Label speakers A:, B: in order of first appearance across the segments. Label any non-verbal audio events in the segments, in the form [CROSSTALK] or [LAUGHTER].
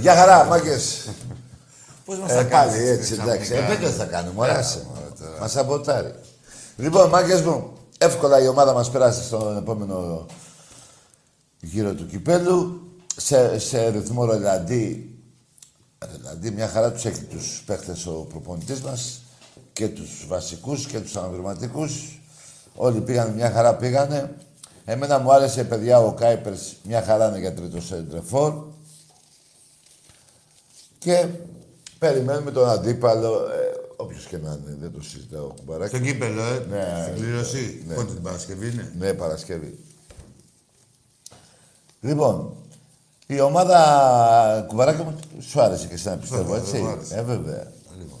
A: Γεια χαρά, μάγκες.
B: Πώς μας
A: Ε,
B: τα κάνει.
A: πάλι έτσι, εντάξει. Επέτρε θα κάνουμε, οράσε. Μας σαμποτάρει. Λοιπόν, μάγκες μου, εύκολα η ομάδα μας πέρασε στον επόμενο γύρο του κυπέλου. Σε, σε ρυθμό ρελαντί. Ρελαντί, Δηλαδή, μια χαρά τους έχει τους παίχτες ο προπονητής μας και τους βασικούς και τους αναγνωματικούς. Όλοι πήγαν, μια χαρά πήγανε. Εμένα μου άρεσε, παιδιά, ο Κάιπερς μια χαρά είναι για τρίτο σέντρεφόρ. Και περιμένουμε τον αντίπαλο, ε, όποιος και να είναι, δεν το συζητάω κουμπαράκι.
B: Στον κύπελο, ε.
A: Ναι,
B: Στην κλήρωση.
A: ναι.
B: Πότε την Παρασκευή είναι.
A: Ναι, Παρασκευή. Λοιπόν, η ομάδα κουμπαράκι μου σου άρεσε και εσένα πιστεύω,
B: Βέβαια,
A: έτσι.
B: μου άρεσε.
A: Ε, βέβαια.
B: Λοιπόν.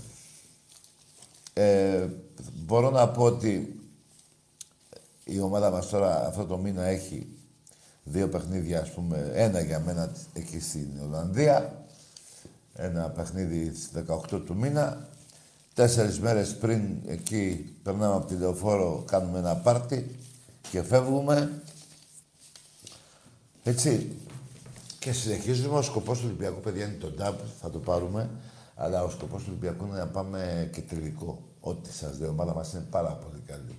A: Ε, μπορώ να πω ότι η ομάδα μας τώρα αυτό το μήνα έχει δύο παιχνίδια, ας πούμε, ένα για μένα τ- εκεί στην Ολλανδία, ένα παιχνίδι στις 18 του μήνα, τέσσερις μέρες πριν εκεί περνάμε από τη λεωφόρο, κάνουμε ένα πάρτι και φεύγουμε. Έτσι. Και συνεχίζουμε. Ο σκοπός του Ολυμπιακού, παιδιά, είναι το νταμπ, θα το πάρουμε. Αλλά ο σκοπός του Ολυμπιακού είναι να πάμε και τελικό. Ό,τι σας λέω, η ομάδα μας είναι πάρα πολύ καλή.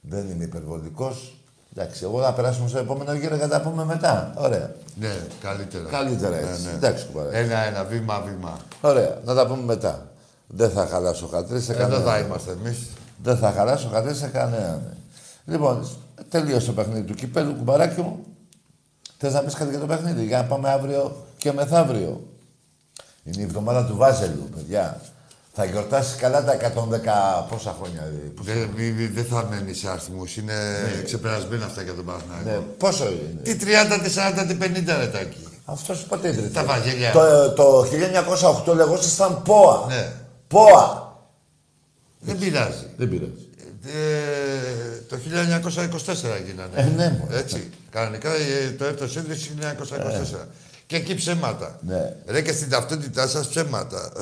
A: Δεν είμαι υπερβολικός. Εντάξει, εγώ θα περάσουμε στο επόμενο γύρο και θα τα πούμε μετά. Ωραία.
B: Ναι, καλύτερα.
A: Καλύτερα έτσι.
B: Ναι, ναι.
A: Εντάξει, κουμπάρα.
B: Ένα-ένα, βήμα-βήμα.
A: Ωραία, να τα πούμε μετά. Δεν θα χαλάσω χατρί σε
B: Εδώ
A: κανέναν.
B: θα είμαστε εμείς.
A: Δεν θα χαλάσω χατρί σε κανέναν. Λοιπόν, τελείωσε το παιχνίδι του κυπέλου, κουμπαράκι μου. Θες να πεις κάτι για το παιχνίδι, για να πάμε αύριο και μεθαύριο. Είναι η εβδομάδα του Βάζελου, παιδιά. Θα γιορτάσεις καλά τα 110 πόσα χρόνια. δηλαδή. Πόσα-
B: Δεν μη- μη- δεν θα μένει σε αριθμού. Είναι ξεπερασμένα αυτά για τον Παναγιώτη.
A: Ναι, πόσο είναι.
B: Τι 30, τι 40, τι 50 ρετάκι.
A: Αυτό πότε ιδρύθηκε.
B: Τα βαγγελιά.
A: Το, το 1908 λεγόσασταν ΠΟΑ.
B: Ναι.
A: ΠΟΑ.
B: Δεν πειράζει.
A: Δεν πειράζει.
B: Ε, το 1924 γίνανε.
A: Ε, ναι, μωρέ.
B: Έτσι. Κανονικά ε, το έτος ίδρυσης 1924. Και εκεί ψέματα.
A: Ε. Ναι.
B: Ρε και στην ταυτότητά σας ψέματα.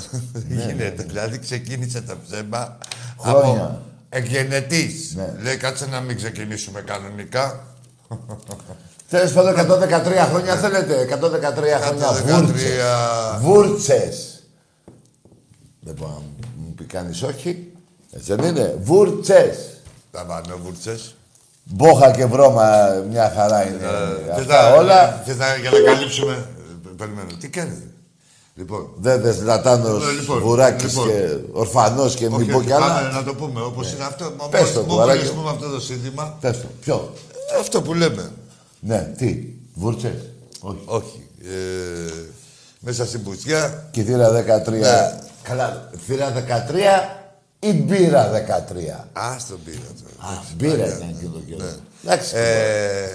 B: Γίνεται. Δηλαδή ξεκίνησε το ψέμα
A: ναι. Χρόνια.
B: από εγγενετής.
A: Ναι.
B: Λέει κάτσε να μην ξεκινήσουμε κανονικά.
A: Τέλο πάντων, 113 χρόνια θέλετε. 113
B: Κάτσε
A: χρόνια βούρτσες.
B: 13.
A: Βούρτσε. Δεν μπορεί να μου πει κανείς όχι. Έτσι δεν είναι. Βούρτσες.
B: Τα βανόβουρτσες.
A: Μπόχα και βρώμα μια
B: Ε,
A: χαρά είναι.
B: Θες
A: Αυτά
B: να-
A: όλα.
B: θες να, για να καλύψουμε. Ε, Περιμένω. Τι κάνετε. Λοιπόν.
A: Δεν δε λατάνος
B: Ε, λοιπόν,
A: βουράκι
B: λοιπόν.
A: και ορφανός και μην
B: Όχι,
A: πω
B: όχι,
A: κι άλλα. Ναι.
B: πάμε να το πούμε όπως είναι αυτό. Μα
A: Πες
B: μόλις-
A: το,
B: μόλις
A: κουβαράκι.
B: πούμε αυτό το σύνθημα.
A: Πες το. Ποιο.
B: Αυτό που λέμε.
A: Ναι, τι. Βούρτσες. Όχι.
B: Όχι. Ε, μέσα στην πουτσιά.
A: Και θύρα 13.
B: Ναι.
A: Καλά. Θύρα 13 ή μπύρα 13.
B: Α, στον πήρα τώρα.
A: Α, μπύρα ήταν και το καιρό. Εντάξει.
B: Ναι. [LAUGHS] Ε,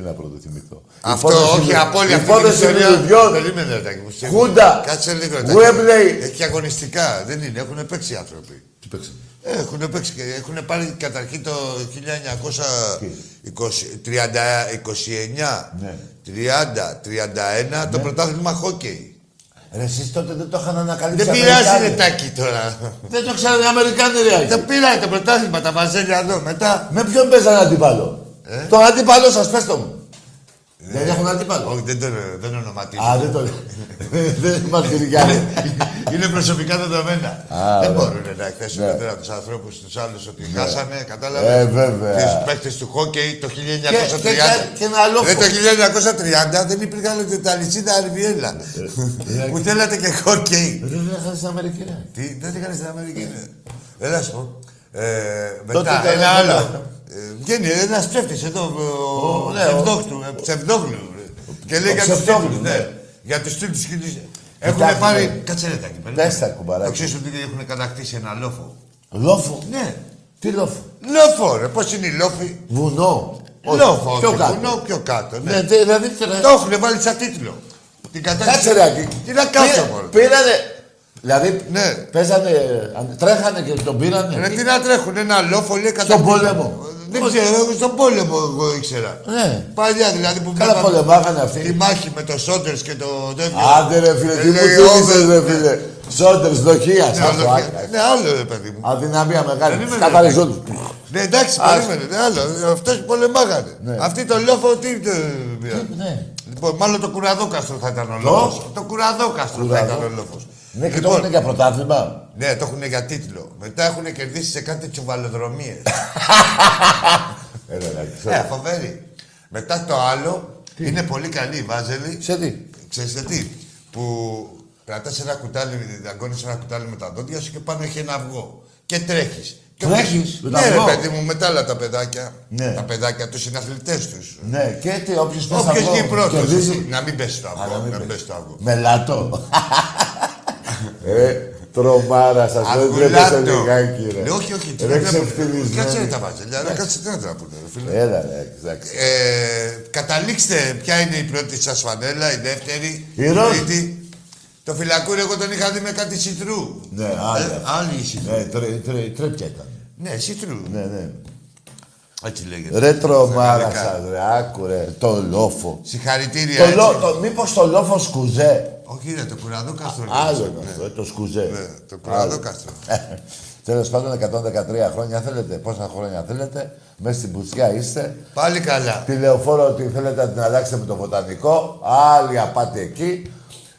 A: Τι να πρωτοθυμηθώ.
B: αυτό,
A: Υπόθεση
B: όχι,
A: Λου-
B: απόλυτα.
A: Υπόθεση Λουδιών.
B: Περίμενε, Ρατάκη μου, σε-
A: Χούντα.
B: Κάτσε λίγο. Ρατάκη.
A: Γουέμπλεϊ.
B: Έχει αγωνιστικά. Δεν είναι. Έχουν παίξει οι άνθρωποι.
A: Τι παίξε.
B: Έχουν παίξει και έχουν πάρει καταρχήν το 1929,
A: Ναι.
B: 30, 31 το πρωτάθλημα χόκεϊ.
A: Ρε, εσείς τότε δεν το είχαν ανακαλύψει.
B: Δεν
A: οι
B: πειράζει
A: Αμερικάνοι.
B: ρε τάκι τώρα.
A: Δεν το ξέρανε οι Αμερικάνοι, ρε. Άγγι.
B: Τα πήρανε το πρωτάθλημα, τα βαζέλια εδώ μετά. Ε?
A: Με ποιον παίζανε αντίπαλο. Τον αντίπαλο σας, πες το μου. Δεν έχουν αντίπαλο.
B: Όχι, δεν, τον- δεν ονοματίζω.
A: Α, δεν το [LAUGHS] λέω. Δεν μαρτυριά.
B: [LAUGHS] Είναι προσωπικά δεδομένα.
A: Α,
B: δεν
A: ωραία.
B: μπορούν να εκθέσουν
A: Ναι.
B: τώρα τους ανθρώπους τους άλλους ότι χάσανε, κατάλαβες.
A: Ε, βέβαια.
B: Του παίχτε του χόκεϊ το 1930.
A: Και- και ένα- και ένα λόγο.
B: Ρε, Ε, το 1930 δεν υπήρχαν ούτε τα λυσίδα Αρβιέλα. Μου θέλατε και χόκεϊ.
A: Ε, Δεν την είχαν στην Αμερική, ρε.
B: Τι, δεν έκανε στην Αμερική. ναι. Έλα σου πω. Ε,
A: Τότε
B: μετά,
A: ήταν
B: ένα
A: ένα
B: άλλο. Ε, Βγαίνει ένας ψεύτης εδώ, ο
A: ναι, ο-
B: ψευδόγλου. ε, ψευδόγλου, ρε. Και λέει
A: ο
B: για του
A: ψευδόγλου,
B: τίτλου.
A: ναι.
B: Για τους τίτλου και τους-
A: Κοιτάξτε,
B: Έχουν πάρει.
A: ναι.
B: Κάτσε ρε τάκι.
A: Πες τα, κουμπαράκι.
B: Το ξέρεις ότι έχουν κατακτήσει ένα λόφο.
A: Λόφο.
B: Ναι.
A: Τι λόφο.
B: Λόφο, ρε. Πώς είναι οι λόφοι.
A: Βουνό. Όχι,
B: Λόφο,
A: πιο
B: όχι,
A: κάτω.
B: βουνό, πιο κάτω. ναι.
A: Ναι, τε- δηλαδή τώρα-
B: Το έχουν βάλει σαν τίτλο. Την κατάκτηση.
A: Κάτσε ρε Άκη.
B: Τι να κάτσω,
A: Πήρα-
B: μωρέ.
A: Πήρανε. Δηλαδή
B: Ναι.
A: παίζανε, αν- τρέχανε και τον
B: Ρε
A: πήρανε.
B: τι να τρέχουν, ένα λόφο λέει κατά.
A: πόλεμο.
B: Δεν ξέρω, εγώ στον πόλεμο εγώ ήξερα.
A: Ναι.
B: Παλιά δηλαδή που
A: Καλά
B: βλέπαμε
A: πολεμάγανε
B: τη
A: αυτοί.
B: μάχη με το Σόντερ και το τέτοιο.
A: Άντε ρε φίλε,
B: Ε,
A: τι μου
B: λέει,
A: θύμισες
B: over.
A: ρε φίλε. Σόντερς, δοχείας.
B: Ναι, άλλο,
A: αυτό, άκρας.
B: ναι, άλλο ρε παιδί μου.
A: Αδυναμία
B: Δεν
A: μεγάλη.
B: είμαι, ρε.
A: Σκαταριζόντους.
B: Ναι, εντάξει,
A: Ας.
B: περίμενε. Ναι, άλλο. Αυτός πολεμάγανε. Αυτή το λόφο τι. ε, πήραν.
A: Ναι.
B: Λοιπόν, μάλλον το κουραδόκαστρο θα ήταν ο λόφος. Το κουραδόκαστρο θα ήταν ο λόφος.
A: Ναι, και το έχουν για πρωτάθλημα.
B: Ναι, το έχουν για τίτλο. Μετά έχουν κερδίσει σε
A: [LAUGHS]
B: κάτι τσουβαλοδρομίε.
A: Έλα, Άκη,
B: Ε,
A: σε-
B: φοβερή. Μετά το άλλο, είναι πολύ καλή η Βάζελη.
A: Σε τι.
B: Ξέρεις σε τι, που κρατάς ένα κουτάλι, δαγκώνεις ένα κουτάλι με τα δόντια σου και πάνω έχει ένα αυγό. Και τρέχεις. Και
A: Τρέχεις
B: Ναι,
A: με το
B: ρε
A: αυγό.
B: παιδί μου, μετά άλλα τα παιδάκια.
A: Ναι.
B: Τα παιδάκια τους είναι αθλητές τους.
A: Ναι, και τι, όποιος πες
B: Όποιος γίνει
A: αυγό
B: πρώτος,
A: κερδίζει.
B: να μην πέσει το αυγό,
A: να μην
B: να
A: πέσει.
B: μην πέσει το αυγό.
A: Μελάτο. Ε, τρομάρα σας, δεν τρέπεστε
B: Αυγουλάντο.
A: λιγάκι ρε.
B: Λέω, Ναι, όχι, όχι. τι
A: Ρε
B: να βλέπω. Κάτσε ρε
A: ξεφτυλισμένοι.
B: τα βάζελια, ρε, κάτσε τι να τα πούνε, ρε φίλε.
A: Έλα ρε, εντάξει.
B: Ε, καταλήξτε ποια είναι η πρώτη σας φανέλα, η δεύτερη,
A: Η ροζ.
B: τρίτη. Το φυλακούρι εγώ τον είχα δει με κάτι σιτρού.
A: Ναι, άλλη
B: Ε,
A: αυτή.
B: άλλη η σιτρού.
A: Ναι, τρε- τρε- τρέπια ήταν.
B: Ναι, σιτρού.
A: Ναι, ναι.
B: Έτσι λέγεται.
A: Ρε τρομάρα
B: Δεκαδικά.
A: σας, ρε, άκου ρε, το λόφο.
B: ε, Συγχαρητήρια.
A: Το
B: έτσι.
A: λό, το, μήπως το λόφος σκουζέ.
B: Όχι, ρε, το κουραδό κάστρο.
A: Άλλο είναι αυτό, ε, το σκουζέ.
B: Ναι, το κουραδό
A: [LAUGHS]
B: κάστρο.
A: Τέλος πάντων, 113 χρόνια θέλετε, πόσα χρόνια θέλετε, μέσα στην πουτσιά είστε.
B: Πάλι καλά.
A: Τηλεοφόρο ότι θέλετε να την αλλάξετε με το βοτανικό. Άλλη απάτη εκεί.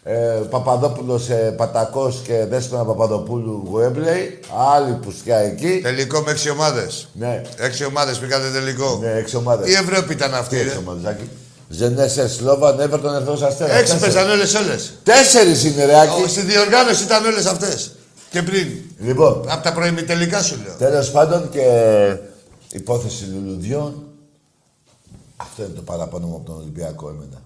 A: Ε, Παπαδόπουλος ε, Πατακός και Δέσπονα Παπαδοπούλου Γουέμπλεϊ. Άλλη πουστιά εκεί.
B: Τελικό με έξι ομάδες.
A: Ναι,
B: Έξι ομάδες πήγατε τελικό.
A: ναι, έξι ομάδες.
B: Η Ευρώπη ήταν αυτή.
A: Έξι ομάδες. Ζενέσαι, Σλόβαν, Εύερτον, Ερθρό Αστέρας.
B: Έξι παίζαν όλες όλες.
A: Τέσσερις είναι ρεάκι.
B: Στη διοργάνωση ήταν όλες αυτές. Και πριν.
A: Λοιπόν,
B: Από τα προημιτελικά σου λέω.
A: τέλος πάντων και υπόθεση λουλουδιών. Αυτό είναι το παραπάνω μου από τον Ολυμπιακό εμένα.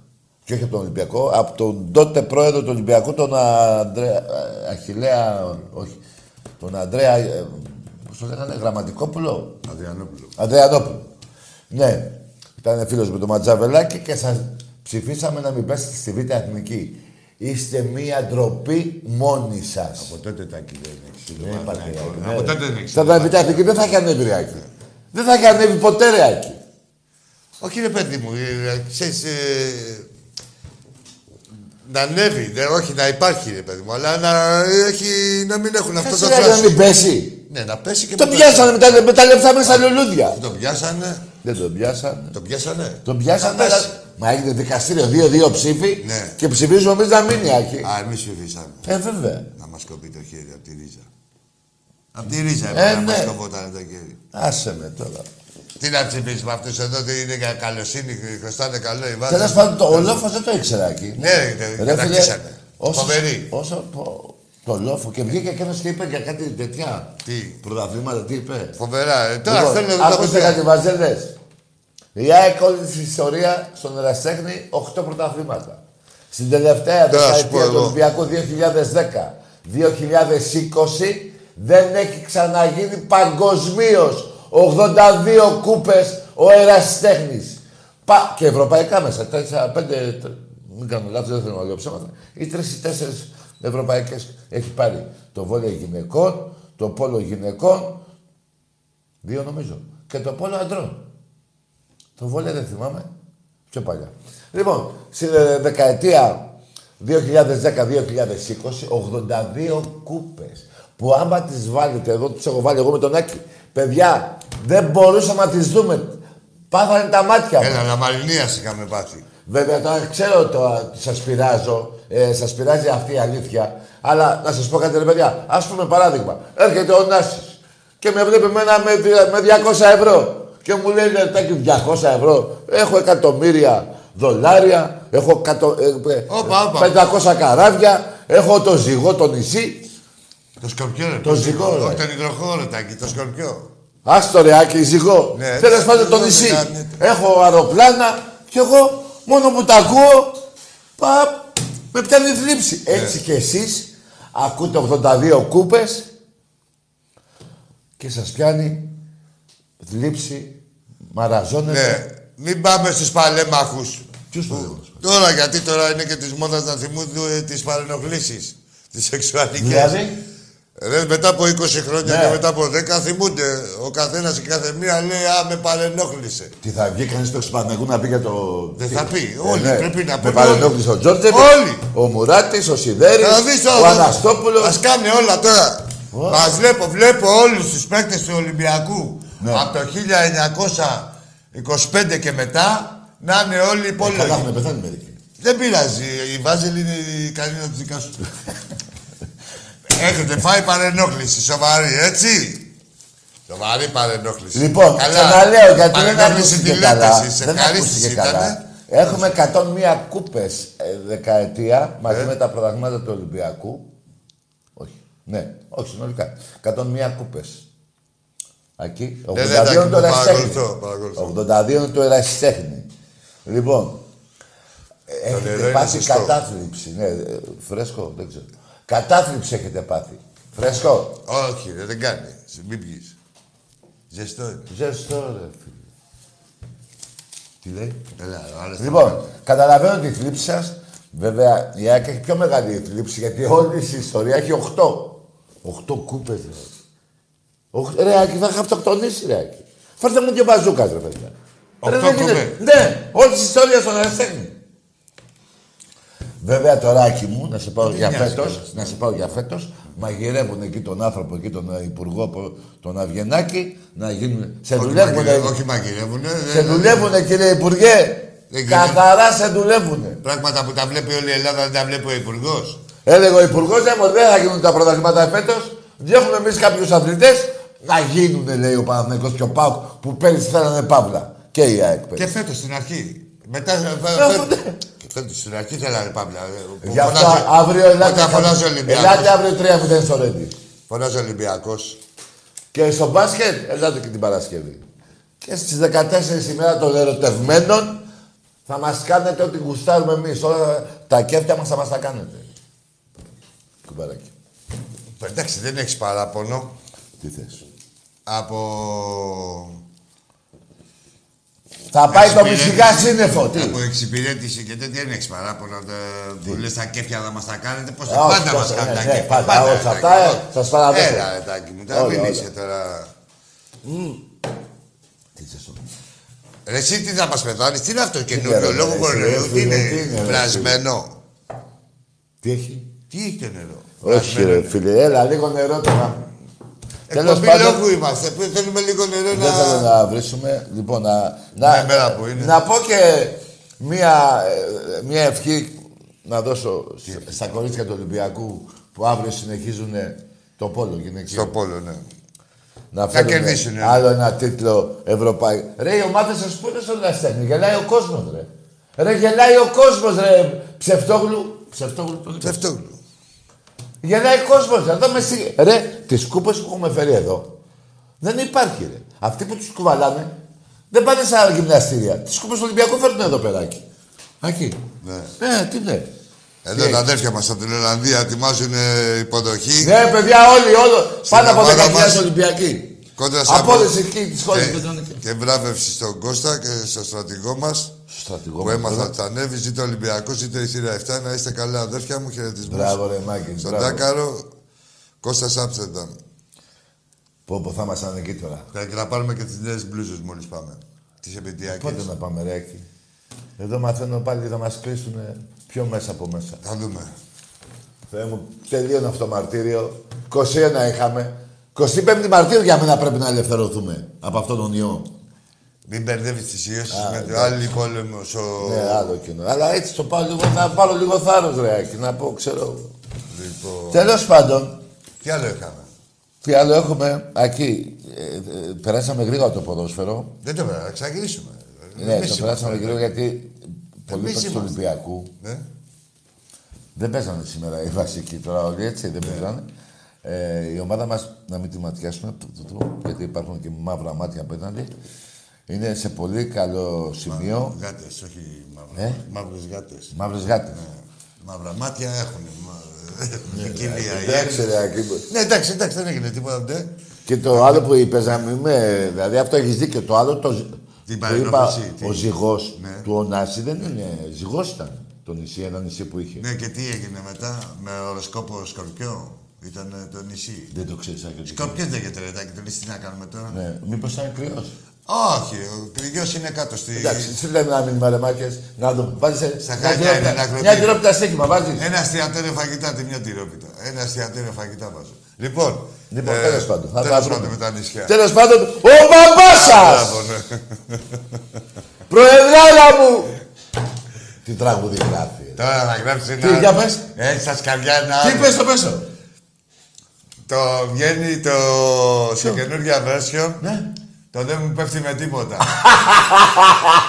A: Και όχι από τον Ολυμπιακό, από τον τότε πρόεδρο του Ολυμπιακού, τον Αντρέα. Αχηλέα, όχι. Τον Αντρέα. Πώς το λέγανε, Γραμματικόπουλο.
B: Αδριανόπουλο.
A: Ανδρεανόπουλο. Ναι, ήταν φίλος με τον Ματζαβελάκη και σας ψηφίσαμε να μην πέσετε στη Β' Εθνική. Είστε μία ντροπή μόνοι σας.
B: Από τότε τα κυβέρνηση.
A: Δεν υπάρχει Άκη, ναι.
B: Από τότε δεν ήξερα.
A: Στα Δαβιτά Εθνική δεν θα έχει ανέβει ρε Άκη. Δεν θα έχει ανέβει ποτέ ρε Άκη.
B: Όχι ρε παιδί μου, ε, ε, ξέρεις, ε, να ανέβει, ναι, όχι να υπάρχει ρε παιδί μου, αλλά να, ε, έχει, να μην έχουν αυτό το
A: Κάτσε ρε Άκη, να
B: φράσι.
A: μην πέσει.
B: Ναι, να πέσει και
A: Το
B: μετά.
A: πιάσανε με τα, με τα λεφτά μέσα στα λουλούδια.
B: Το πιάσανε,
A: Δεν τον πιάσανε.
B: το πιάσανε.
A: Τον πιάσανε,
B: Να
A: αλλά
B: πέσει.
A: Μα έγινε δικαστήριο δύο-δύο ψήφοι
B: Ναι.
A: και ψηφίζουμε εμείς να μείνει Άκη.
B: Α, εμείς ψηφίσαμε.
A: Ε, βέβαια.
B: Να μας κοπεί το χέρι από τη ρίζα. Από τη ρίζα
A: Ε,
B: έπρεπε να
A: ναι.
B: μας κοπότανε το χέρι.
A: Άσε με τώρα.
B: Τι να ψηφίσουμε αυτούς εδώ, ότι είναι για καλοσύνη, χρωστάνε καλό η βάζα.
A: Τέλος πάντων, το- ο λόφο δεν το ήξερα εκεί.
B: Ναι,
A: Ρε φίλε,
B: κατακτήσανε.
A: όσο,
B: Φοβερή.
A: όσο το, το λόφο και βγήκε και ένας και είπε για κάτι τέτοια.
B: Τι?
A: Πρωταθλήματα, τι είπε.
B: Φοβερά. ε. Τώρα
A: Λοιπόν,
B: θέλω να δω τα
A: άκουστε
B: παιδιά.
A: κάτι, βαζέλε. Η ΑΕΚ όλη της ιστορία στον Εραστέχνη 8 πρωταθλήματα. Στην τελευταία
B: Τώρα σου πω
A: δεκαετία του
B: εγώ.
A: Ολυμπιακού 2010-2020 δεν έχει ξαναγίνει παγκοσμίως 82 κούπες ο Εραστέχνης. Πα... Και ευρωπαϊκά μέσα. 4-5, μην κάνω λάθος, δεν θέλω να λέω ψέματα. Οι τρεις ή τέσσερις ευρωπαϊκές έχει πάρει το βόλιο γυναικών, το πόλο γυναικών, Δύο νομίζω. Και το πόλο αντρών. Το βόλιο δεν θυμάμαι. Πιο παλιά. Λοιπόν, στη δε- δεκαετία 2010-2020, 82 κούπες. Που άμα τις βάλετε, εδώ τις έχω βάλει εγώ με τον Άκη. Παιδιά, δεν μπορούσαμε να τις δούμε. Πάθανε τα μάτια μου.
B: Έλα, λαμαρινία είχαμε πάθει.
A: Βέβαια, τώρα ξέρω το σας πειράζω, ε, σας πειράζει αυτή η αλήθεια. Αλλά να σας πω κάτι, ρε παιδιά. Ας πούμε παράδειγμα, έρχεται ο Νάσης και με βλέπει εμένα με, δυ- με 200 ευρώ. Και μου λέει Λερτάκι 200 ευρώ. Έχω εκατομμύρια δολάρια. Έχω κατο, ε, ε,
B: Όπα, όπα.
A: 500 καράβια. Έχω το ζυγό το νησί.
B: Το σκορπιό, ρε.
A: Το ζυγό, ρε.
B: Όχι, τον υδροχό, ρε, Τάκη, το σκορπιό.
A: Άστο ρε Άκη, ζυγό.
B: Ναι,
A: Τέλος πάντων το
B: δεν
A: νησί.
B: κάνετε.
A: Έχω αεροπλάνα και εγώ μόνο που τα ακούω, παπ, με πιάνει η θλίψη.
B: Ναι.
A: Έτσι κι εσείς ακούτε 82 κούπες και σας πιάνει θλίψη, μαραζώνετε.
B: Ναι, μην πάμε στους παλέμαχους.
A: Ποιους παλέμαχους?
B: Τώρα γιατί τώρα είναι και της μόδας να θυμούνται ε, τις παρενοχλήσεις. Τις σεξουαλικές.
A: Δηλαδή,
B: Ρε, Ε, μετά από 20 χρόνια
A: Ναι.
B: και μετά από 10 θυμούνται. Ο καθένας και κάθε μία λέει Α, με παρενόχλησε.
A: τι θα βγει κανείς στο Παναγού να πει για το...
B: Δεν
A: τι?
B: θα πει.
A: Ε,
B: Όλοι
A: ναι.
B: πρέπει να
A: Με
B: πούνε. όλοι.
A: παρενόχλησε ο Τζόρτζεβιτ,
B: Όλοι.
A: ο Μουράτης, ο Σιδέρης,
B: Θα δεις τώρα.
A: ο Αναστόπουλος.
B: Μας κάνει όλα τώρα. Μας βλέπω, βλέπω όλους τους παίκτες του Ολυμπιακού
A: Ναι.
B: από το 1925 και μετά να είναι όλοι
A: Ε, Καλά,
B: υπόλοιποι.
A: έχουν πεθάνει μερικοί.
B: Δεν πειράζει. Η Βάζελ είναι η καρίνα του
A: [LAUGHS]
B: δικά σου. Έχετε φάει παρενόχληση, σοβαρή, έτσι. Σοβαρή παρενόχληση.
A: Λοιπόν, ξαναλέω γιατί δεν
B: παρενόχληση
A: ακούστηκε
B: τη λέτε
A: καλά.
B: εσείς.
A: Δεν
B: Ευχαρίστηση
A: ακούστηκε καλά.
B: ήτανε.
A: Έχουμε 101 κούπες ε, δεκαετία
B: Ε.
A: μαζί με τα προγράμματα του Ολυμπιακού. Όχι. Ναι, όχι συνολικά. 101 κούπε. Εκεί. 82
B: Ναι, ναι,
A: είναι
B: εντάξει,
A: το ερασιτέχνη.
B: παρακολουθώ, παρακολουθώ.
A: 82 είναι το ερασιτέχνη. Λοιπόν,
B: νερό
A: έχετε
B: είναι
A: πάθει
B: ζεστό.
A: κατάθλιψη. Ναι, ε, φρέσκο, δεν ξέρω. Κατάθλιψη έχετε πάθει. Φρέσκο.
B: Όχι, ρε, δεν κάνει. Μην πηγείς. Ζεστό είναι.
A: Ζεστό, ρε φίλε. Τι λέει.
B: Έλα, ρε, άρεσε.
A: Λοιπόν, καταλαβαίνω τη θλίψη σας. Βέβαια, η ΑΕΚ έχει πιο μεγάλη θλίψη γιατί όλη η ιστορία έχει 8. 8 κούπες. Ρε Άκη, θα είχα αυτοκτονήσει, ρε Άκη. Φέρτε μου και μπαζούκας, ρε παιδιά.
B: Οκτώ
A: Ρε, δεν γίνεται.
B: κούπες.
A: Ναι, όλη η ιστορία στον Αριστέχνη. Βέβαια τώρα, Άκη μου, να σε πάω για
B: νοιάζει
A: φέτο, να σε πάω για φέτος, μαγειρεύουν εκεί τον άνθρωπο, εκεί τον ε, υπουργό, πο- τον Αβγενάκη, να γίνουν. Σε
B: Όχι
A: δουλεύουν,
B: μαγειρεύουνε, Όχι μαγειρεύουνε.
A: σε
B: δεν-
A: δουλεύουνε κύριε Υπουργέ.
B: ε, Δεν ξέρω.
A: Καθαρά σε δουλεύουνε.
B: Πράγματα που τα βλέπει όλη η Ελλάδα δεν τα βλέπει ο Υπουργός.
A: Έλεγε ο Υπουργός, δεν θα γίνουν τα πρωταθλήματα φέτος. Διώχνουμε εμείς κάποιους αθλητές. Να γίνουνε, λέει ο Παναγενικό και ο Πάουκ που πέρυσι θέλανε παύλα. Και η ΑΕΚ πέρυσι.
B: Και φέτος στην αρχή. Μετά.
A: ναι.
B: Φέτο στην αρχή θέλανε πάμε. ε,
A: Γι' αυτό αύριο
B: Όταν
A: ελάτε.
B: φωνάζει
A: Ελάτε
B: Ολυμπιακό.
A: αύριο 3-0 στο Ρέντι.
B: Φωνάζει Ολυμπιακός.
A: Και στο μπάσκετ, ελάτε και την Παρασκευή. Και στις 14 ημέρα των ερωτευμένων θα μας κάνετε ό,τι γουστάρουμε εμείς. Όλα τα κέφια μας θα μας τα κάνετε. Κουμπαράκι.
B: Εντάξει, δεν έχεις παράπονο
A: Τι θες.
B: από.
A: Θα πάει το
B: Εξυπηρέτηση.
A: μυστικά σύννεφο. Τι.
B: Από εξυπηρέτηση και τέτοια δεν έχει παράπονο. Τα- Που λε τα κέφια θα μας τα κάνετε. Πώς
A: Α,
B: πάντα
A: όχι,
B: μα
A: ναι,
B: κάνουν τα
A: ναι,
B: κέφια.
A: πάντα,
B: πάντα,
A: όχι,
B: ρε,
A: αυτά,
B: Τάκη,
A: ε,
B: όχι.
A: σας παραδέχομαι.
B: Έλα, ρε, Τάκη μου, τώρα
A: Όλα,
B: μην
A: όλα.
B: είσαι τώρα.
A: Τι θες όμως.
B: Ρε, εσύ τι θα μας πεθάνεις, τι είναι αυτό καινούριο
A: νερό,
B: λόγο
A: ρε,
B: κορονοϊού,
A: εσύ,
B: τι
A: ρε, τι είναι,
B: είναι,
A: ρε,
B: βρασμένο.
A: Τι έχει.
B: Τι έχει το νερό.
A: Όχι ρε φίλε, έλα λίγο νερό τώρα. Τέλος
B: Τέλο
A: πάντων-
B: πάντων. λόγου είμαστε, που θέλουμε λίγο νερό
A: Δεν θέλω
B: να.
A: να βρίσκουμε. Λοιπόν, να, να,
B: Ναι, μέρα που είναι.
A: να πω και μία, ε, μία ευχή να δώσω σ- στα κορίτσια του Ολυμπιακού που αύριο συνεχίζουν το πόλο γυναικείο.
B: Στο πόλο, ναι.
A: Να φέρουν
B: κερδίσουνε.
A: άλλο ένα τίτλο Ευρωπαϊκό. Ρε, οι ομάδες σας πού είναι στο Λαστέχνη, γελάει ο κόσμος, ρε. Ρε, γελάει ο κόσμος, ρε. Ψευτόγλου. Ψευτόγλου το είπε.
B: Ψευτόγλου.
A: Γελάει ο κόσμο. Εδώ με σι... Ρε, τις κούπες που έχουμε φέρει εδώ δεν υπάρχει, ρε. Αυτοί που τους κουβαλάνε δεν πάνε σε άλλα γυμναστήρια. Τις κούπες του Ολυμπιακού φέρνουν εδώ περάκι. Ακεί. Ναι. τι ναι.
B: Εδώ τα αδέρφια μας από την Ολλανδία ετοιμάζουν ε, υποδοχή.
A: Ναι, παιδιά, όλοι, όλο. Πάνω από
B: ομάδα
A: 10.000
B: μας.
A: Ολυμπιακοί.
B: Κόντρα σε Ε,
A: Από
B: απο-
A: όλες εκεί τις χώρες
B: και, και βράβευση στον Κώστα και στο στρατηγό μας
A: Στρατηγό.
B: που
A: μου,
B: έμαθα
A: τώρα.
B: ότι θα ανέβεις. Είτε Ολυμπιακός είτε η θύρα 7. Να είστε καλά, αδέρφια μου. Χαιρετισμούς.
A: Μπράβο, ρε Μάκη.
B: Στον
A: μπράβο.
B: Τάκαρο, Κώστας Άμστερνταμ.
A: Πω, πω, θα μας ήταν εκεί τώρα.
B: Θα και να πάρουμε και τις νέες μπλούζες μόλις πάμε. Τις επιτυχιακέ.
A: Πότε να πάμε, ρε, εκεί. Εδώ μαθαίνω πάλι θα μας κλείσουν ε, πιο μέσα από μέσα.
B: Θα δούμε.
A: Θεέ μου, τελείωνε αυτό το μαρτύριο. 21 είχαμε. 25η Μαρτίου για μένα πρέπει να ελευθερωθούμε από αυτόν τον ιό.
B: Μην μπερδεύεις τις ιώσεις
A: Α,
B: με το
A: εντάξει.
B: άλλη πόλεμο. Ο...
A: Ναι, άλλο κοινό. Αλλά έτσι το πάω λίγο, να πάρω λίγο θάρρος, ρε, Άκη, να πω, ξέρω.
B: Λοιπόν,
A: Τέλος πάντων,
B: τι άλλο είχαμε.
A: τι άλλο έχουμε. Ακεί, ε, ε, περάσαμε γρήγορα το ποδόσφαιρο.
B: Δεν το πέρα, να ξεκινήσουμε.
A: Ναι,
B: Εμείς
A: το
B: είμαστε,
A: περάσαμε
B: ρε.
A: γρήγορα γιατί πολλοί
B: Εμείς
A: παίκτες του
B: είμαστε.
A: Ολυμπιακού
B: Ναι.
A: Δεν παίζανε σήμερα οι βασικοί τώρα όλοι, έτσι δεν
B: Ναι.
A: παίζανε. Ε, η ομάδα μας, να μην τη ματιάσουμε, του- του- του, γιατί υπάρχουν και μαύρα μάτια απέναντι, είναι σε πολύ καλό σημείο.
B: Γάτες, όχι μαύρα.
A: Ε?
B: Μαύρες γάτες.
A: Μαύρες γάτες. Ναι,
B: Μαύρα μάτια έχουν. [LAUGHS] Ποικιλία. η
A: Εντάξει,
B: έξω.
A: ρε, Άκη μου.
B: Ναι, εντάξει, εντάξει, δεν έγινε τίποτα. ναι.
A: Και το άλλο που είπες, να μην με... Δηλαδή αυτό έχεις δίκιο, το άλλο το, ζ-
B: Την
A: το
B: παρενόχληση, την-
A: ο ζυγός
B: Ναι.
A: του Ωνάση δεν είναι, ζυγός ήταν το νησί, ένα νησί που είχε.
B: Ναι, και τι έγινε μετά με οροσκόπο Σκορπιό. Ήταν ε, το νησί.
A: Δεν το ξέρεις, Άκη.
B: Σκορπιό δεν γίνεται ρετάκι, το νησί τι να κάνουμε τώρα.
A: Ναι, μήπως ήταν κρυός.
B: Όχι, ο κρυγιό είναι κάτω στη.
A: Εντάξει, τι λέμε να μην μαρεμάκες, να δούμε. Βάζεις
B: Στα
A: μια
B: χαρτιά
A: τυρόπιτα-
B: είναι Ε, ένα κροτίδι.
A: μια τυρόπιτα στέκημα, βάζεις.
B: Ένα αστιατόριο φαγητά, τη μια τυρόπιτα. Ένα αστιατόριο φαγητά βάζω. Λοιπόν,
A: Λοιπόν, τέλος πάντων, θα τα
B: τέλος
A: βρούμε.
B: πάντων με τα νησιά.
A: Τέλος πάντων, ο μπαμπάς σας!
B: Μπράβο, ναι.
A: Προεδράρα μου! Τι τραγούδι γράφει. ρε.
B: Τώρα να γράψει ένα.
A: Τι, για πες.
B: Έτσι, στα σκαβιά ένα.
A: Τι πες το πέσω.
B: Το βγαίνει το. σε καινούργια version.
A: Ναι.
B: Το δεν μου πέφτει με τίποτα.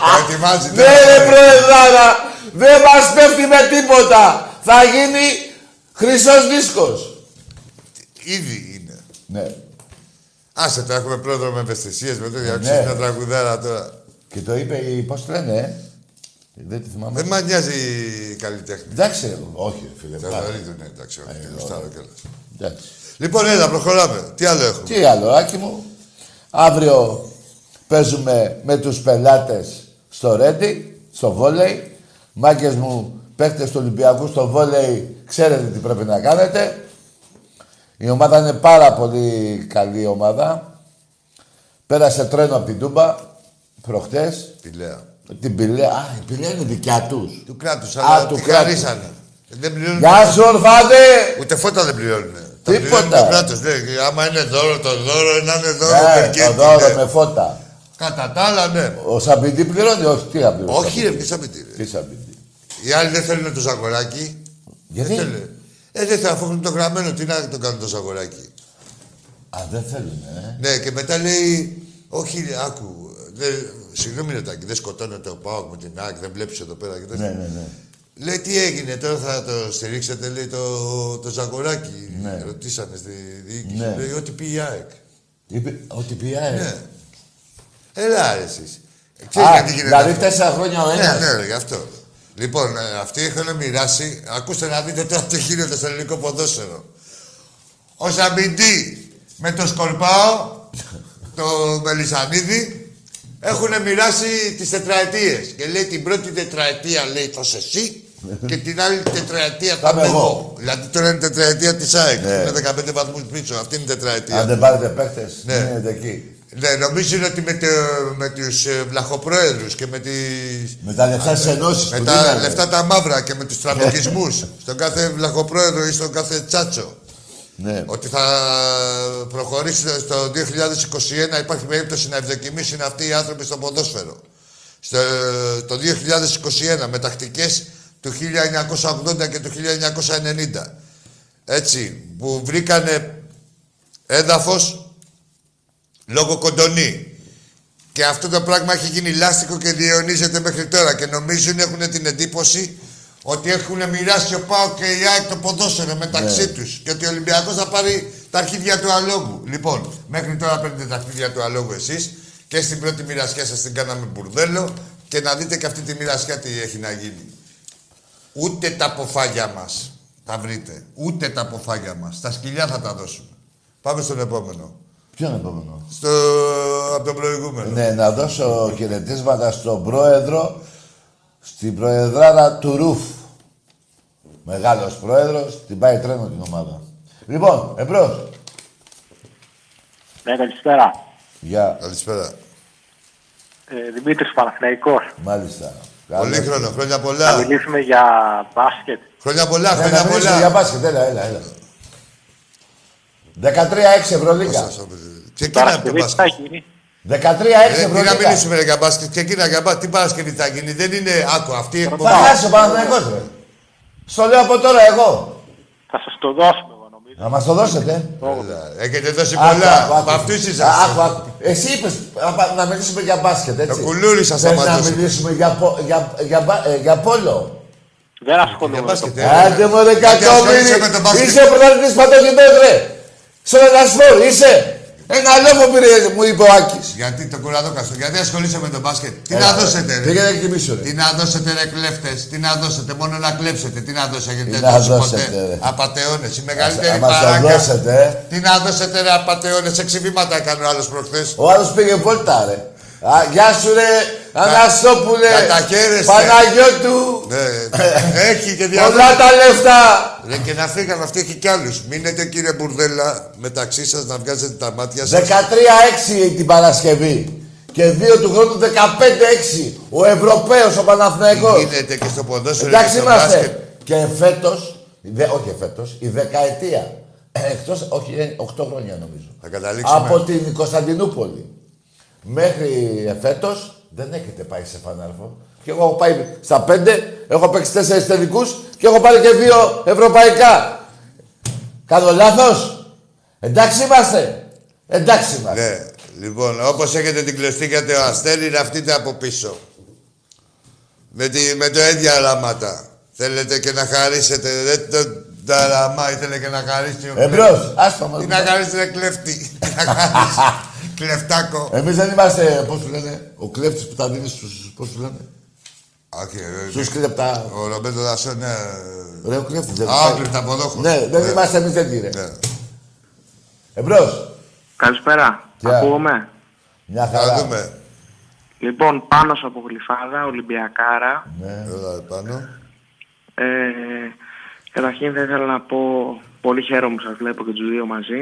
B: το ετοιμάζει.
A: Ναι ρε προεδράρα, δεν μας πέφτει με τίποτα. Θα γίνει χρυσός δίσκος.
B: Ήδη είναι.
A: Ναι.
B: Άσε το, έχουμε πρόεδρο με ευαισθησίες με τέτοια.
A: Ναι.
B: Ξέρει μια τραγουδάρα τώρα.
A: Και το είπε η, πώς τη λένε, ε. Δεν τη θυμάμαι.
B: Δεν μ' νοιάζει η καλλιτέχνη.
A: Εντάξει, ρε, όχι ρε, φίλε. Ε,
B: Τα
A: πάρα.
B: γνωρίζω, ναι, εντάξει, όχι. δεν γουστάρω κιόλας.
A: Εντάξει.
B: Λοιπόν, έλα, προχωράμε. Τι άλλο έχουμε.
A: Τι άλλο, Άκη μου. Αύριο παίζουμε με τους πελάτες στο ρέντι, στο βόλεϊ. Μάγκες μου, παίκτες του Ολυμπιακού στο βόλεϊ, ξέρετε τι πρέπει να κάνετε. Η ομάδα είναι πάρα πολύ καλή ομάδα. Πέρασε τρένο από την Τούμπα, προχτές.
B: Τι λέω.
A: Την Πηλέα, α, η Πηλέα είναι δικιά τους.
B: Του κράτους, αλλά
A: του
B: του
A: κράτους.
B: χαρίσανε. Δεν πληρώνουν.
A: Γεια σου, Ορφάδε!
B: Ούτε φώτα δεν πληρώνουν.
A: Τίποτα.
B: Το κράτο λέει. Άμα είναι δώρο, το δώρο, να είναι δώρο.
A: Ναι,
B: περκέτη,
A: το δώρο
B: ναι.
A: με φώτα.
B: Κατά τα άλλα, ναι.
A: Ο Σαμπιντή πληρώνει, όχι, τι θα πληρώνει.
B: Όχι, ρε, ποιο θα πει τι, ρε.
A: Τι Σαμπιντή.
B: Οι άλλοι δεν θέλουν το ζαγοράκι.
A: Γιατί?
B: Δεν θέλουν. Ε, δεν θα αφού το γραμμένο, τι να το κάνουν το ζαγοράκι.
A: Α, δεν θέλουν, ε.
B: Ναι, και μετά λέει, όχι, ρε, άκου. δεν- Συγγνώμη, Ρετάκι, δεν σκοτώνεται ο Πάοκ με την ΑΚ, δεν βλέπεις εδώ πέρα και τέτοια.
A: Ναι, ναι, ναι.
B: Λέει τι έγινε, τώρα θα το στηρίξετε, λέει το, το Ζαγοράκι.
A: Ναι.
B: Ρωτήσανε στη διοίκηση.
A: Ναι.
B: Λέει ό,τι πήγε η ΑΕΚ.
A: Είπε ότι πει ΑΕΚ.
B: Ναι. Έλα, ρε, εσείς. Ξέρεις
A: ε. Α,
B: γιατί γίνεται
A: δηλαδή
B: αυτό.
A: τέσσερα χρόνια ο
B: Ναι,
A: ένας.
B: ναι, ρε, γι' αυτό. Λοιπόν, ε, αυτοί είχαν μοιράσει. Ακούστε να δείτε τώρα τι γίνεται στο ελληνικό ποδόσφαιρο. Ο Σαμπιντή με το Σκορπάο, το Μελισανίδη, έχουν μοιράσει τις τετραετίες. Και λέει την πρώτη τετραετία λέει το εσύ και την άλλη τετραετία θα
A: Πάμε
B: είμαι
A: εγώ.
B: εγώ. Δηλαδή τώρα είναι η τετραετία της ΑΕΚ.
A: Ναι.
B: Είναι 15 βαθμούς πίσω. Αυτή είναι η τετραετία.
A: Αν δεν πάρετε παίχτες,
B: Ναι.
A: μείνετε εκεί.
B: Ναι, νομίζουν ότι με, το, με τους ε, βλαχοπρόεδρους και με τις...
A: Με τα λεφτά στις ενώσεις
B: Με
A: που
B: τα
A: δίνανε.
B: λεφτά τα μαύρα και με τους τραμποκισμούς στον κάθε βλαχοπρόεδρο ή στον κάθε τσάτσο.
A: Ναι.
B: Ότι θα προχωρήσουν στο 2021 υπάρχει περίπτωση να ευδοκιμήσουν αυτοί οι άνθρωποι στο ποδόσφαιρο. στο, το 2021 με τακτικές του 1980 και του 1990. Έτσι, που βρήκανε έδαφος λόγω κοντονή. Και αυτό το πράγμα έχει γίνει λάστιχο και διαιωνίζεται μέχρι τώρα. Και νομίζουν, έχουν την εντύπωση ότι έχουν μοιράσει ο Πάο και η ΑΕΚ το ποδόσφαιρο μεταξύ
A: Ναι.
B: τους. Και ότι ο Ολυμπιακός θα πάρει τα αρχίδια του αλόγου. Λοιπόν, μέχρι τώρα παίρνετε τα αρχίδια του αλόγου εσείς και στην πρώτη μοιρασιά σας την κάναμε μπουρδέλο. Και να δείτε και αυτή τη μοιρασιά τι έχει να γίνει. Ούτε τα αποφάγια μας τα βρείτε. Ούτε τα αποφάγια μας. Τα σκυλιά θα τα δώσουμε. Πάμε στον επόμενο.
A: Ποιο είναι το επόμενο.
B: Στο... Από τον προηγούμενο.
A: Ναι, να δώσω χαιρετίσματα στον πρόεδρο, στην προεδράρα του Ρουφ. Μεγάλος πρόεδρος, την πάει τρένο την ομάδα. Λοιπόν, εμπρός.
C: Ναι, καλησπέρα.
A: Γεια,
B: Καλησπέρα.
C: Ε, Δημήτρης Παναθηναϊκός.
A: μάλιστα.
B: Πολύ
A: Καλώς.
B: χρόνο, χρόνια
C: Θα
B: πολλά.
C: μιλήσουμε για μπάσκετ.
B: Χρόνια πολλά,
A: Ναι, να
B: χρόνια
A: μιλήσουμε για
B: πολλά.
A: μπάσκετ, έλα, έλα, έλα. 13-6 Ευρωλίγκα.
B: Ξεκίνα από το
C: Παρασκευή τι θα
B: μπάσκετ.
C: γίνει.
A: 13-6
B: Ε, Τι να
A: Ευρωλίγκα.
B: μιλήσουμε ρε, για μπάσκετ, ξεκίνα για μπάσκετ. Τι Παρασκευή θα γίνει, δεν είναι. Άκου αυτή η
A: Θα
B: εκπομπή.
A: χάσει ο Παναθηναϊκός, ρε. Στο λέω από τώρα εγώ.
C: Θα σας το δώσουμε, εγώ νομίζω.
A: Να μας το δώσετε.
B: Έχετε δώσει
A: Άκου,
B: πολλά.
A: άκου, άκου.
B: Από αυτού
A: Άκου,
B: είσαστε.
A: άκου. Εσύ είπες α, να μιλήσουμε για μπάσκετ, έτσι.
B: Το κουλούρι σας
A: Θες να
B: σταματούσε.
A: μιλήσουμε για, πο- για, για, μπα- ε, για πόλο.
C: Δεν ασχολούμαι
B: Για
C: με το
B: μπάσκετ, ε.
A: Άντε μου ρε
B: ασχολείσαι με
A: κακόμοιρη,
B: το μπάσκετ.
A: είσαι πρωταθλητής πατώκινος ρε. Στον Ελασφόρ, είσαι. Ένα λόγο πήρε, μου είπε ο Άκης.
B: Γιατί το κουραδόκαστο, γιατί ασχολείσαι με τον μπάσκετ. Τι
A: Έλα,
B: να
A: ρε.
B: δώσετε, ρε.
A: Πήγαινε να κοιμήσου, ρε.
B: Τι να δώσετε ρε κλέφτες, τι να δώσετε, μόνο να κλέψετε, τι να δώσετε, δεν
A: να
B: δώσει
A: δώσετε, ρε.
B: ποτέ. Απατεώνες, η
A: Άμα
B: μεγαλύτερη
A: το
B: παράγκα.
A: δώσετε, ε.
B: Τι να δώσετε ρε απατεώνες, έξι βήματα έκανε ο άλλος προχθές.
A: Ο άλλος πήγε βόλτα, ρε. Α, γεια σου ρε, Αναστόπουλε,
B: καταχαίρεστε.
A: Παναγιώτου, Ε,
B: Ναι, έχει και διαβάζει.
A: πολλά τα λεφτά.
B: Ρε και να φύγαμε, αυτή έχει κι άλλους. Μείνετε κύριε Μπουρδέλα μεταξύ σας να βγάζετε τα μάτια
A: 13-6
B: σας.
A: την Παρασκευή και 2 του χρόνου 15-6 ο Ευρωπαίος ο Παναθηναϊκός.
B: Γίνεται και στο ποδόσφαιρο και
A: Εντάξει
B: στο
A: είμαστε.
B: μπάσκετ.
A: Και φέτος, η δε, όχι φέτος, η δεκαετία, εκτός, όχι, ε, 8 χρόνια νομίζω,
B: Θα καταλήξουμε.
A: από την Κωνσταντινούπολη μέχρι φέτος δεν έχετε πάει σε φανάρφο.
B: [LAUGHS]
A: Και εγώ έχω πάει στα 5, έχω παίξει 4 τελικούς και έχω πάρει και 2 ευρωπαϊκά. Κάνω λάθος. Εντάξει είμαστε. Εντάξει είμαστε.
B: Ναι, λοιπόν, όπως έχετε την κλωστήκατε ο Αστέρι, ραφτείτε από πίσω. Με, τη, με το ίδια ράματα. Θέλετε και να χαρίσετε. Δεν το τα ραμά, ήθελε και να χαρίσει ο
A: Εμπρός, άστο μας.
B: Τι να χαρίσει, ρε κλέφτη. Τι να χαρίσει. Κλεφτάκο.
A: Εμείς δεν είμαστε, πώς τους λένε, ο κλέφτης που τα δίνει στους, πώς τους λένε,
B: Οκ, ε,
A: στους κλέπτα.
B: Ο Ρομπέντο Δασό, ναι.
A: Ρε ο κλέφτης δεν
B: Α,
A: πάει.
B: ο κλεφταποδόχος.
A: Ναι, δεν είμαστε εμείς τέτοιοι ρε.
B: Ναι.
A: Εμπρός,
D: Καλησπέρα.
A: Γεια.
D: Ακούγομαι.
A: μια
B: Θα
A: χαρά.
B: δούμε.
D: Λοιπόν, πάνω από γλυφάδα, Ολυμπιακάρα.
A: Ναι.
B: Έλα επάνω.
D: Ε, καταρχήν θα ήθελα να πω πολύ χαίρομαι που σας βλέπω και τους δύο μαζί.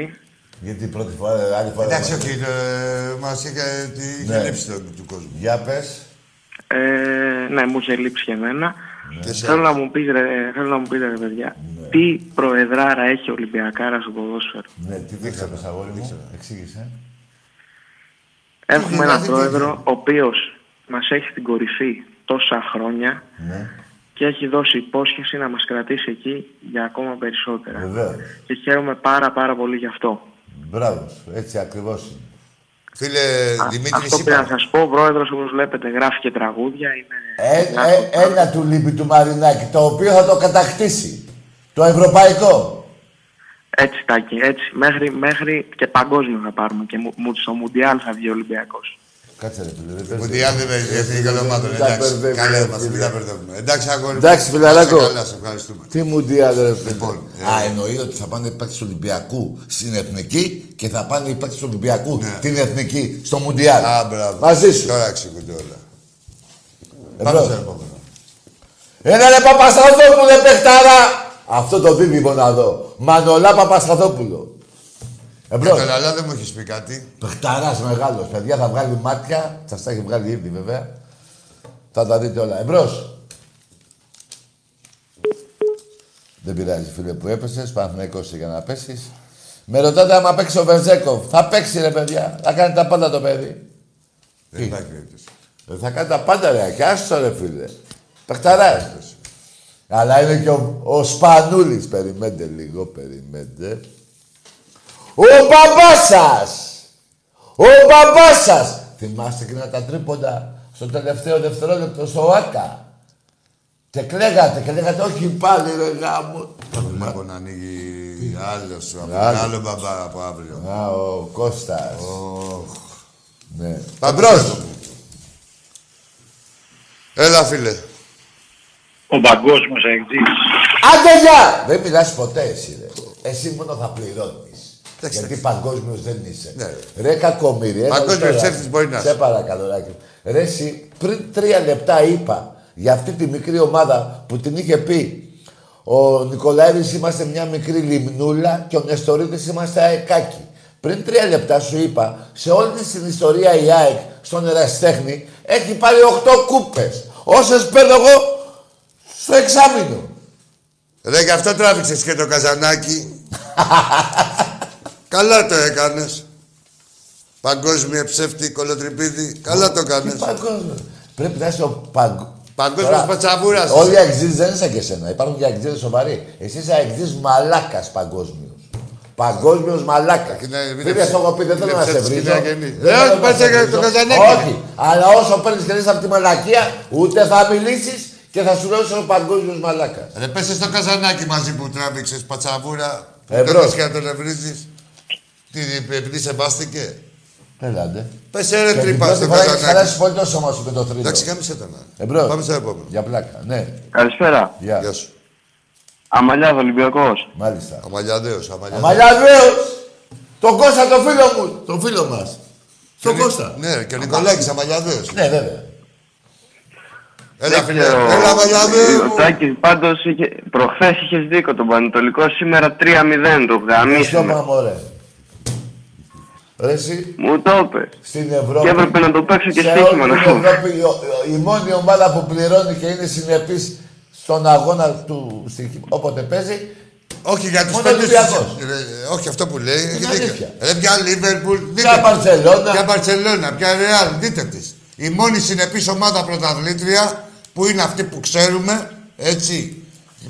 A: Γιατί πρώτη φορά, ε, άλλη φορά.
B: Εντάξει,
A: δεν
B: όχι, ε, μας είχε, τη- είχε
A: Ναι.
B: λείψει το- του κόσμου.
A: Για πες.
D: Ε, ναι, μου είχε λείψει και εμένα.
A: Ναι.
D: Θέλω να μου πείτε, ρε, θέλω να μου πείτε, ρε, παιδιά, τι προεδράρα έχει ο Ολυμπιακάρας στο ποδόσφαιρο.
A: Ναι, τι δείξαμε, αγόρι μου, εξήγησε.
D: Έχουμε
B: δηλαδή,
D: έναν
B: τι
D: πρόεδρο ο οποίος μας έχει στην κορυφή τόσα χρόνια
A: Ναι,
D: και έχει δώσει υπόσχεση να μας κρατήσει εκεί για ακόμα περισσότερα.
A: βεβαίως.
D: Και χαίρομαι πάρα πάρα πολύ γι' αυτό.
A: Μπράβο, σου, έτσι ακριβώς είναι.
B: Φίλε Δημήτρη,
D: Αυτό
B: είπα.
D: πρέπει να σας πω. Ο πρόεδρος, όπως βλέπετε, γράφει και τραγούδια. Είναι...
A: Ε,
D: γράφει
A: ε,
D: πράγματα.
A: ένα του λείπει του Μαρινάκη, το οποίο θα το κατακτήσει. Το ευρωπαϊκό.
D: Έτσι, Τάκη, έτσι. Μέχρι, μέχρι και παγκόσμιο θα πάρουμε. Και μου, μου- στο Μουντιάλ θα βγει ο Ολυμπιακός.
A: Κάτσε ρε φίλε, δεν
B: Που
A: παίζει.
B: διάδευε η εθνική ομάδα.
A: δεν τα
B: Εντάξει,
A: μπερδεύουμε,
B: καλές
A: ρε
B: μας,
A: φίλε.
B: μην τα μπερδεύουμε. Εντάξει, αγόρι. μου.
A: Εντάξει, φιλαράκο.
B: Να είσαι Καλά, σε ευχαριστούμε.
A: Τι μου διάδρε.
B: Λοιπόν, ε,
A: Α, εννοεί ότι θα πάνε οι παίκτες του Ολυμπιακού στην Εθνική και θα πάνε οι παίκτες του Ολυμπιακού την Εθνική στο Μουντιάλ.
B: Α, μπράβο.
A: Μαζί σου. Ε,
B: Τώρα εξηγούνται όλα.
A: Εμπρός.
B: Πάμε στον επόμενο.
A: Ένα ρε Παπασταθόπουλε παιχτάρα. Αυτό το δίδυμο να δω. Μανολά Παπασταθόπουλο. Ε,
B: Για
A: Εμπρός.
B: τον Αλά δεν μου έχεις πει κάτι.
A: Παιχταράς μεγάλος. Παιδιά θα βγάλει μάτια. Θα στα έχει βγάλει ήδη βέβαια. Θα τα δείτε όλα. Ε, Εμπρός. Δεν πειράζει φίλε που έπεσες, Παναθηναϊκός είσαι για να πέσεις. Με ρωτάτε άμα παίξει ο Βερζέκοφ. Θα παίξει ρε παιδιά. Θα κάνει τα πάντα το παιδί.
B: Δεν υπάρχει περίπτωση.
A: Ε, Θα κάνει τα πάντα ρε, και άστο ρε φίλε. Πεχταράς. Αλλά είναι και ο, ο Σπανούλης. Περιμένετε λίγο, περιμένετε. Ο μπαμπάς σας! Ο μπαμπάς σας! Θυμάστε εκείνα τα τρίποντα στο τελευταίο δευτερόλεπτο στο ΆΚΑ. Και κλαίγατε, και λέγατε όχι πάλι ρε γάμο.
B: Έχω να ανοίγει άλλος, από
A: Άλλο.
B: άλλο μπαμπά από αύριο.
A: Α, ο Κώστας. Ναι.
B: Παμπρός. Έλα φίλε.
E: Ο παγκόσμιο αεκτή.
A: Άντε γεια! Δεν μιλάς ποτέ εσύ ρε. Εσύ μόνο θα πληρώνεις.
B: Εντάξει,
A: Γιατί
B: εντάξει.
A: παγκόσμιος δεν είσαι.
B: Ναι.
A: Ε, Ρε κακομύρι. έλα
B: Παγκόσμιος
A: τώρα.
B: ψεύτης μπορεί να
A: Σε
B: είσαι.
A: παρακαλώ Ράκη. Ρε εσύ πριν τρία λεπτά είπα για αυτή τη μικρή ομάδα που την είχε πει ο Νικολαίδης είμαστε μια μικρή λιμνούλα και ο Νεστορίδης είμαστε αεκάκι. Πριν τρία λεπτά σου είπα, σε όλη της την ιστορία η ΑΕΚ στον Εραστέχνη έχει πάρει 8 κούπες. Όσες παίρνω εγώ στο εξάμεινο.
B: Ρε, γι' αυτό τράβηξες και το
A: [LAUGHS]
B: καζανάκι. Καλά το έκανες. Παγκόσμια ψεύτη, κολοτριπίδη. Καλά το
A: Τι
B: έκανες.
A: παγκόσμιο. Πρέπει να είσαι ο παγκ...
B: Παγκόσμιος
A: Τώρα,
B: πατσαβούρας είσαι.
A: Όλοι οι αεξίδε δεν είσαι και εσένα. Υπάρχουν και αεξίδε σοβαροί. Εσύ είσαι αεξίδε μαλάκας παγκόσμιος. Παγκόσμιος μαλάκας.
B: Και να
A: Φίλε,
B: επιτρέψεις-
A: στο έχω πει, δεν θέλω να σε
B: επιτρέψεις
A: βρίζω.
B: την αγενή.
A: Δεν
B: Ε,
A: θέλω να
B: όχι, πας
A: σε
B: για
A: βρίζω.
B: το καζανάκι.
A: Όχι, αλλά όσο παίρνεις κανεί από τη μαλακία, ούτε θα μιλήσεις και θα σου λέω είσαι ο παγκόσμιος μαλάκας.
B: Ρε, πέσε στο καζανάκι μαζί που τράβηξες, πατσαβούρα. Που
A: Εμπρός.
B: κάνεις και να τον ευρίζεις. Τι, επειδή σε μπάστηκε.
A: Έλα, ναι.
B: Πέσε ε, ρε
A: Και την
B: τρύπα
A: πρώτη
B: στο
A: φορά έχεις
B: καζανάκι.
A: χαλάσει πολύ το σώμα σου με το θρύο.
B: Εντάξει, κάμισε τον. άλλο.
A: Εμπρός.
B: Πάμε στο επόμενο.
A: Για πλάκα. Ναι,
D: Καλησπέρα.
B: Γεια
A: γεια.
B: σου.
D: Αμαλιάδο Ολυμπιακός.
A: Μάλιστα.
B: Αμαλιαδέος, αμαλιαδέος.
A: Αμαλιαδέος! Τον Κώστα, το φίλο μου! Το φίλο μας. Τον Κώστα.
B: Ναι, ρε, και ο Νικολάκης, αμαλιαδέος.
A: Ναι, βέβαια.
B: Έλα, φίλε. Έλα, αμαλιαδέο. μου.
E: Ο Τάκης πάντως προχθές είχες δίκιο τον Πανετολικό. Σήμερα 3-0 το
B: Ε,
A: Στο
B: ναι.
E: γαμίσαμε.
A: μαμόρε. Ρε εσύ,
E: Μου το είπε.
A: στην Ευρώπη...
E: Και έπρεπε να το παίξω και
A: σε
E: στοίχημα
A: όλη
E: να
A: την
E: πούμε.
A: Ευρώπη, η, ο- η μόνη ομάδα που πληρώνει και είναι συνεπής στον αγώνα του στοίχημα, όποτε παίζει,
B: Όχι για τους
A: Μόνο
B: πέντε
A: Ολυμπιακός.
B: ρε, Όχι αυτό που λέει. Έχει
A: Είναι
B: δίκιο.
A: αλήθεια.
B: Ρε πια Λίβερπουλ. δείτε
A: Ποια
B: της.
A: Μπαρσελόνα.
B: Πια Μπαρσελόνα. Πια Ρεάλ. Δείτε τη. Η μόνη συνεπής ομάδα πρωταθλήτρια που είναι αυτή που ξέρουμε. Έτσι.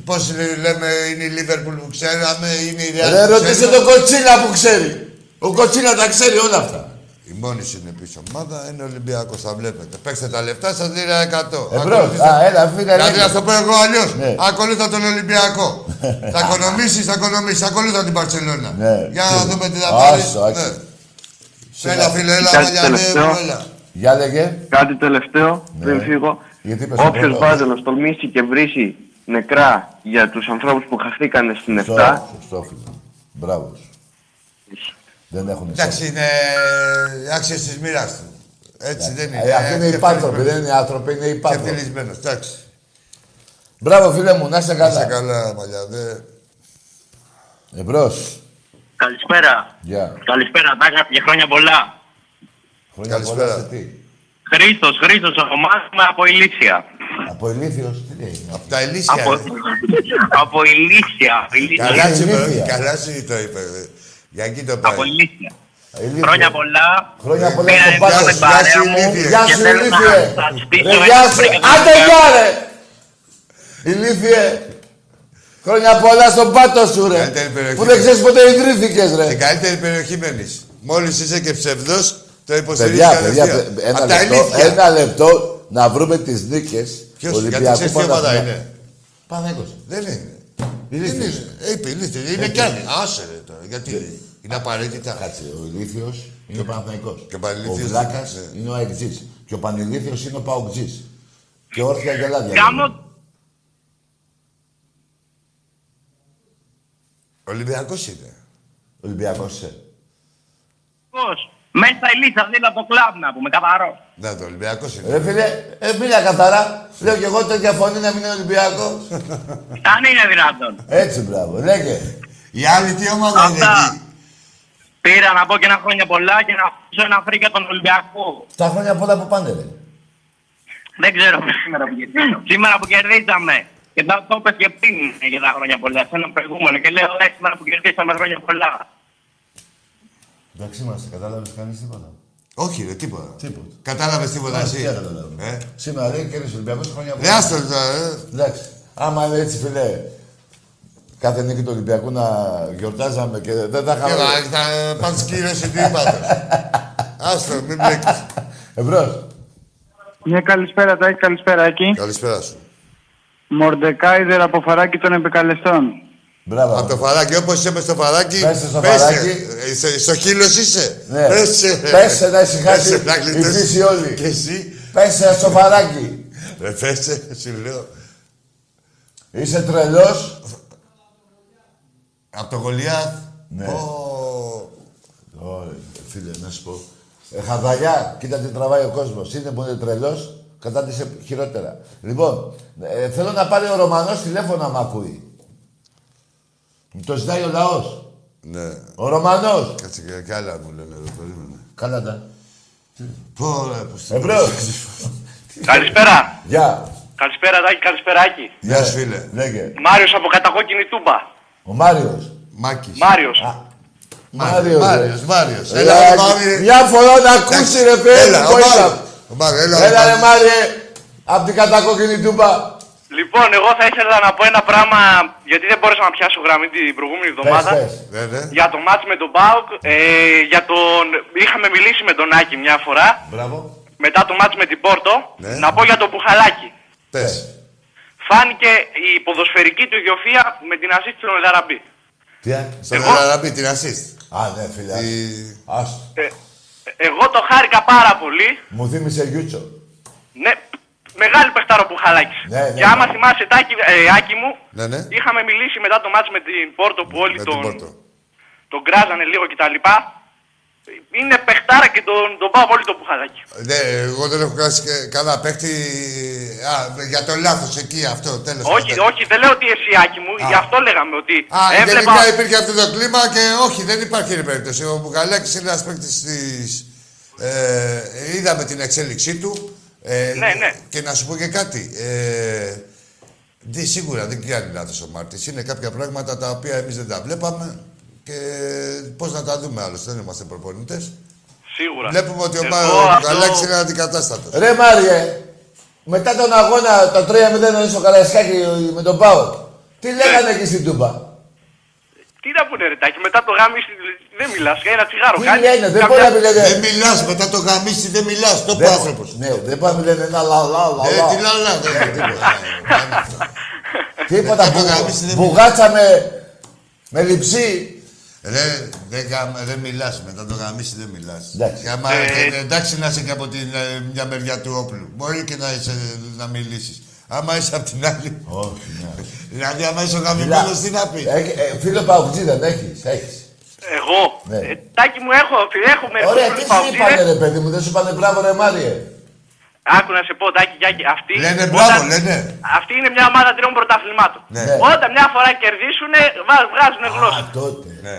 B: Πώ λέμε, είναι η Λίβερπουλ που ξέραμε, είναι η Ρεάλ.
A: ρε
B: που
A: ρωτήσε
B: ξέραμε.
A: τον Κοτσίνα που ξέρει. Ο Κοτσίνα τα ξέρει όλα αυτά.
B: Η μόνη συνεπής ομάδα είναι ο Ολυμπιακός. Τα βλέπετε. Παίξτε τα λεφτά σας, δίνει 100.
A: Εμπρός.
B: Ακολουθήστε-
A: Ε, Α, έλα, φίλε.
B: Δηλαδή
A: λέγε.
B: να το πω εγώ αλλιώς.
A: Ναι.
B: Ακολούθα τον
A: [LAUGHS]
B: Ολυμπιακό. θα οικονομήσεις, θα οικονομήσεις. Ακολούθα την Παρσελόνα.
A: Ναι.
B: Για να δούμε τι θα
A: Άστο,
B: πάρει.
A: άστο.
B: Έλα, φίλε, έλα,
E: Κάτι
B: παλιά, ναι,
E: τελευταίο.
B: έλα.
A: Για λέγε.
E: Κάτι τελευταίο πριν
A: Ναι.
E: φύγω.
A: Γιατί είπες
E: Όποιο
A: πρώτα.
E: βάζελο τολμήσει και βρήσει νεκρά για τους ανθρώπους που χαθήκανε στην 7,
A: Σωστό, σωστό φίλε. Μπράβο σου. Δεν έχουν
B: Εντάξει, είναι άξιο της μοίρας του. Έτσι δεν είναι.
A: Ε, Αυτοί είναι
B: Ε,
A: οι άνθρωποι, δεν είναι οι άνθρωποι, είναι οι άνθρωποι.
B: Ξεφτυλισμένος, εντάξει.
A: Μπράβο φίλε μου, να είσαι
B: Είσαι
A: καλά.
B: καλά, παλιά, δε.
A: Εμπρός.
F: Καλησπέρα.
A: Γεια.
F: Καλησπέρα, Τάκα, και χρόνια πολλά.
A: Χρόνια πολλά
B: Καλησπέρα.
A: σε τι.
F: Χρήστος, Χρήστος, ονομάζομαι από Ηλίσια.
A: Από ηλίθιος, τι λέει.
B: Απ' τα ηλίσια.
F: από,
B: ρε.
F: [LAUGHS] από Ηλίσια. Ηλίσια.
B: Καλά σου είπε,
A: ηλίθια.
B: καλά σου το είπε. ρε. Για εκεί το πάει.
F: Από Ηλίσια.
A: Ηλίθιο.
F: Χρόνια πολλά.
A: Χρόνια πολλά
F: Πήρα
A: στον
F: εδώ
A: Πάτο.
F: με
B: Γεια
F: παρέα
B: σου,
F: μου
B: ηλίθιε.
A: Γεια
F: και
A: σου
F: θέλω να
A: ηλίθιε.
F: σας
A: Ρε,
F: στήσω ένα
A: Γεια σου.
F: πριν.
A: Άντε γεια ρε. Ηλίθιε. Χρόνια πολλά στον Πάτο σου ρε.
B: Καλύτερη περιοχή.
A: Που δεν ξέρεις ποτέ ιδρύθηκες
B: Στην
A: ρε.
B: καλύτερη περιοχή μένεις. Μόλις είσαι και ψευδός, το υποστηρίζεις
A: Παιδιά, παιδιά,
B: κατευθείαν.
A: παι- ένα
B: Απ' τα
A: λεπτό,
B: ηλίθια.
A: ένα λεπτό να βρούμε τις νίκες
B: Ποιος, γιατί
A: Ολυμπιακού
B: ξέρεις τι ομάδα
A: Παναθηναϊκού.
B: είναι.
A: Πανέκος.
B: Δεν είναι. Δεν είναι. Ε, είπε, ηλίθιοι. Είναι κι άλλοι. Άσε ρε τώρα. Γιατί είναι απαραίτητα.
A: ε, Κάτσε, ο ηλίθιος είναι ο Παναθηναϊκός.
B: Και ο Πανηλήθιος
A: ο Βλάκας
B: είναι- ναι.
A: είναι ο Αεκτζής. Και ο Πανηλήθιος είναι ο Παοκτζής. Και όρθια γελάδια.
F: Γάμο
B: Ολυμπιακός είναι.
A: Ολυμπιακός είσαι.
F: Πώς. Μέσα στα Ηλίσια, δεν από το κλαμπ να πούμε, καθαρό.
B: Να το Ολυμπιακό είναι.
A: Ρε φίλε, ε, μίλα καθαρά. Λέω κι εγώ τέτοια φωνή να μην είναι
B: [LAUGHS]
A: Ολυμπιακός.
F: Αν είναι δυνατόν.
A: Έτσι, μπράβο. Λέγε.
B: Η άλλη τι ομάδα είναι
F: Αυτά.
B: εκεί.
F: Πήρα να πω και ένα χρόνια πολλά και να αφήσω ένα φρύκα τον Ολυμπιακό.
A: Τα χρόνια πολλά που πάνε, ρε.
F: Δεν ξέρω σήμερα που κερδίσαμε. σήμερα που κερδίσαμε. Και τα το είπες και πριν για τα χρόνια πολλά. Σε ένα προηγούμενο και λέω «Ε, σήμερα που κερδίσαμε χρόνια πολλά.
A: Εντάξει είμαστε, κατάλαβες κανείς τίποτα.
B: Όχι, ρε, τίποτα.
A: Τίποτα.
B: Κατάλαβες τίποτα
A: Α,
B: εσύ.
A: τι άλλο λέω.
B: Ε.
A: Σήμερα λέει και είναι Ολυμπιακός χρόνια
B: Ρε, άστο, ε.
A: Εντάξει. Άμα είναι έτσι, φιλέ, κάθε νίκη του Ολυμπιακού να γιορτάζαμε και δεν τα
B: Και
A: είχαμε.
B: να- να πάνε σκύρωση, τι είπατε. Άστο, μην μπλέκεις.
A: Εμπρό.
G: Μια Ναι, καλησπέρα, Τάκη, καλησπέρα, Άκη.
B: Καλησπέρα σου.
G: Μορντεκάιδερ από φαράκι των επικαλεστών.
A: Μπράβο.
B: Από το φαράκι, όπως είσαι μες στο φαράκι.
A: Πέσε στο
B: πέσε.
A: φαράκι.
B: Ε, σε- Στο χείλος είσαι.
A: Ναι.
B: Πέσε.
A: Πέσε να ησυχάσει
B: Πέσε να
A: η
B: γλιτώσεις.
A: φύση όλη.
B: Και εσύ.
A: Πέσε στο φαράκι.
B: Ρε, πέσε, Ε, σου λέω.
A: Είσαι τρελός.
B: Από το Γολιάθ.
A: Ναι.
B: Ω,
A: Ωραία, φίλε, να σου πω. Ε, χαδαλιά, κοίτα τι τραβάει ο κόσμος. Είναι που είναι τρελός, κατάντησε χειρότερα. Λοιπόν, ε, θέλω να πάρει ο Ρωμανός τηλέφωνο να μ' ακούει. Μου το ζητάει ο λαός.
B: Ναι.
A: Ο Ρωμανός.
B: Κάτσε και κι άλλα μου λένε, ρε, περίμενε.
A: Καλά τα.
B: Πω, ρε, πως το-
A: Εμπρός.
B: [LAUGHS]
F: Καλησπέρα.
A: Γεια. Ναι.
F: Καλησπέρα, Τάκη, καλησπέρα, Άκη.
B: Γεια σου, φίλε.
A: Λέγε.
F: Μάριος από κατακόκκινη τούμπα.
A: Ο Μάριος.
B: Μάκης.
F: Μάριος.
A: Μάριος, ρε.
B: Μάριος, Μάριος. Έλα,
A: Έλα,
B: ρε, Μάρι.
A: μια φορά να ακούσει ρε φίλε.
B: Έλα,
A: που
B: ο
A: ήταν.
B: Μάριος. Ο Μάριος, έλα,
A: Έλα ρε
B: ρε, Μάρι.
A: Μάριε. Απ' την κατακόκκινη τούμπα.
F: Λοιπόν, εγώ θα ήθελα να πω ένα πράγμα, γιατί δεν μπόρεσα να πιάσω γραμμή την προηγούμενη
A: Πες,
F: εβδομάδα.
A: πες.
B: Ναι, ναι.
F: Για το μάτς με τον Μπάουκ, ε, για τον... είχαμε μιλήσει με τον Άκη μια φορά,
A: Μπράβο.
F: μετά το μάτς με την Πόρτο,
B: Ναι.
F: να πω για τον Πουχαλάκη.
B: Πες.
F: Φάνηκε η ποδοσφαιρική του ιδιοφία με την ασίστη του Ελαραμπή.
A: Τι α?
B: Στον
F: Εγώ-
B: Ελαραμπή, την assist.
A: Α, ναι φίλε. ας.
B: Η-
A: Ας.
F: Ε, εγώ το χάρηκα πάρα πολύ.
A: Μου θύμισε Γιούτσο.
F: Ναι, μεγάλη παιχτάρο Πουχαλάκης.
A: Ναι, ναι,
F: και άμα
A: ναι.
F: θυμάσαι, Τάκη, ε, Άκη μου,
B: Ναι, ναι.
F: είχαμε μιλήσει μετά το μάτς με την Πόρτο που όλοι
B: Με την
F: τον,
B: Πόρτο.
F: τον κράζανε λίγο κτλ. Είναι παιχτάρα και τον, τον πάω πολύ τον Πουχαλάκη.
B: Ναι, εγώ δεν έχω κράσει και κανένα παίχτη. Α, για το λάθος εκεί αυτό, τέλος
F: Όχι, όχι, δεν λέω ότι εσύ Άκη μου, γι' αυτό λέγαμε ότι
B: Α,
F: έβλεπα...
B: τελικά υπήρχε αυτό το κλίμα και όχι, δεν υπάρχει ρε περίπτωση. Ο Μπουκαλάκη είναι ένας παίκτης της. Ε, είδαμε την εξέλιξή του. Ε,
F: Ναι, ναι.
B: Και να σου πω και κάτι. Ε, δι, σίγουρα δεν κάνει λάθος ο Μάρτης. Είναι κάποια πράγματα τα οποία εμείς δεν τα βλέπαμε και πώς να τα δούμε άλλωστε, δεν είμαστε προπονητές.
F: Σίγουρα.
B: Βλέπουμε ότι ο,
F: Εγώ
B: Μα- ο
F: αυτό-
B: Μπουκαλάκη είναι αντικατάστατο.
A: Ρε Μάριε, μετά τον αγώνα, το 3-0 στο Καραϊσκάκι με τον Πάο. Τι λέγανε εκεί στην Τούμπα.
F: Τι να πούνε ρε Τάκη, μετά το γάμι δεν μιλάς, ένα τσιγάρο
A: Τι
F: κάνεις.
A: λένε, δεν
F: καμιά-
A: μπορεί να πει λένε.
B: Δεν μιλάς μετά το γαμίσι, δεν μιλάς. Το πει
A: Δεν-
B: άνθρωπος.
A: Ναι, δεν μπορεί να πει λένε ένα λα, λα, λα,
B: Ε,
A: λα.
B: τι λαλά, δεν είναι τίποτα.
A: Τίποτα
B: δεν
A: που
B: το γαμίσει, δεν
A: μπουγάτσα με, με λυψή.
B: Ρε, δεν, γα- δεν μιλάς μετά το γαμίσι, δεν μιλάς.
A: Εντάξει.
F: Ε,
B: ε, εντάξει να είσαι και από την ε, μια μεριά του όπλου. Μπορεί και να, είσαι, να μιλήσεις. Άμα είσαι από την άλλη.
A: Όχι, ναι.
B: δηλαδή, άμα είσαι ο
A: Μιλά.
B: γαμιμένος, τι να πει.
A: Έχει- ε, Φίλο Παουτζή δεν έχεις, έχεις.
F: Εγώ,
A: Ναι.
F: ε, Τάκη μου έχω, έχουμε
A: Ωραία, τι
F: πολλούς
A: σου
F: παουτζίδες.
A: είπανε ρε παιδί μου, δεν σου είπανε μπράβο ρε Μάριε.
F: Άκου να σε πω, Τάκη Γιάκη, αυτή,
B: Λένε μπράβο, λένε.
F: αυτή είναι μια ομάδα τριών πρωταθλημάτων.
B: Ναι.
F: Όταν μια φορά κερδίσουν, βγάζουν γλώσσα.
A: Α, τότε.
B: Ναι.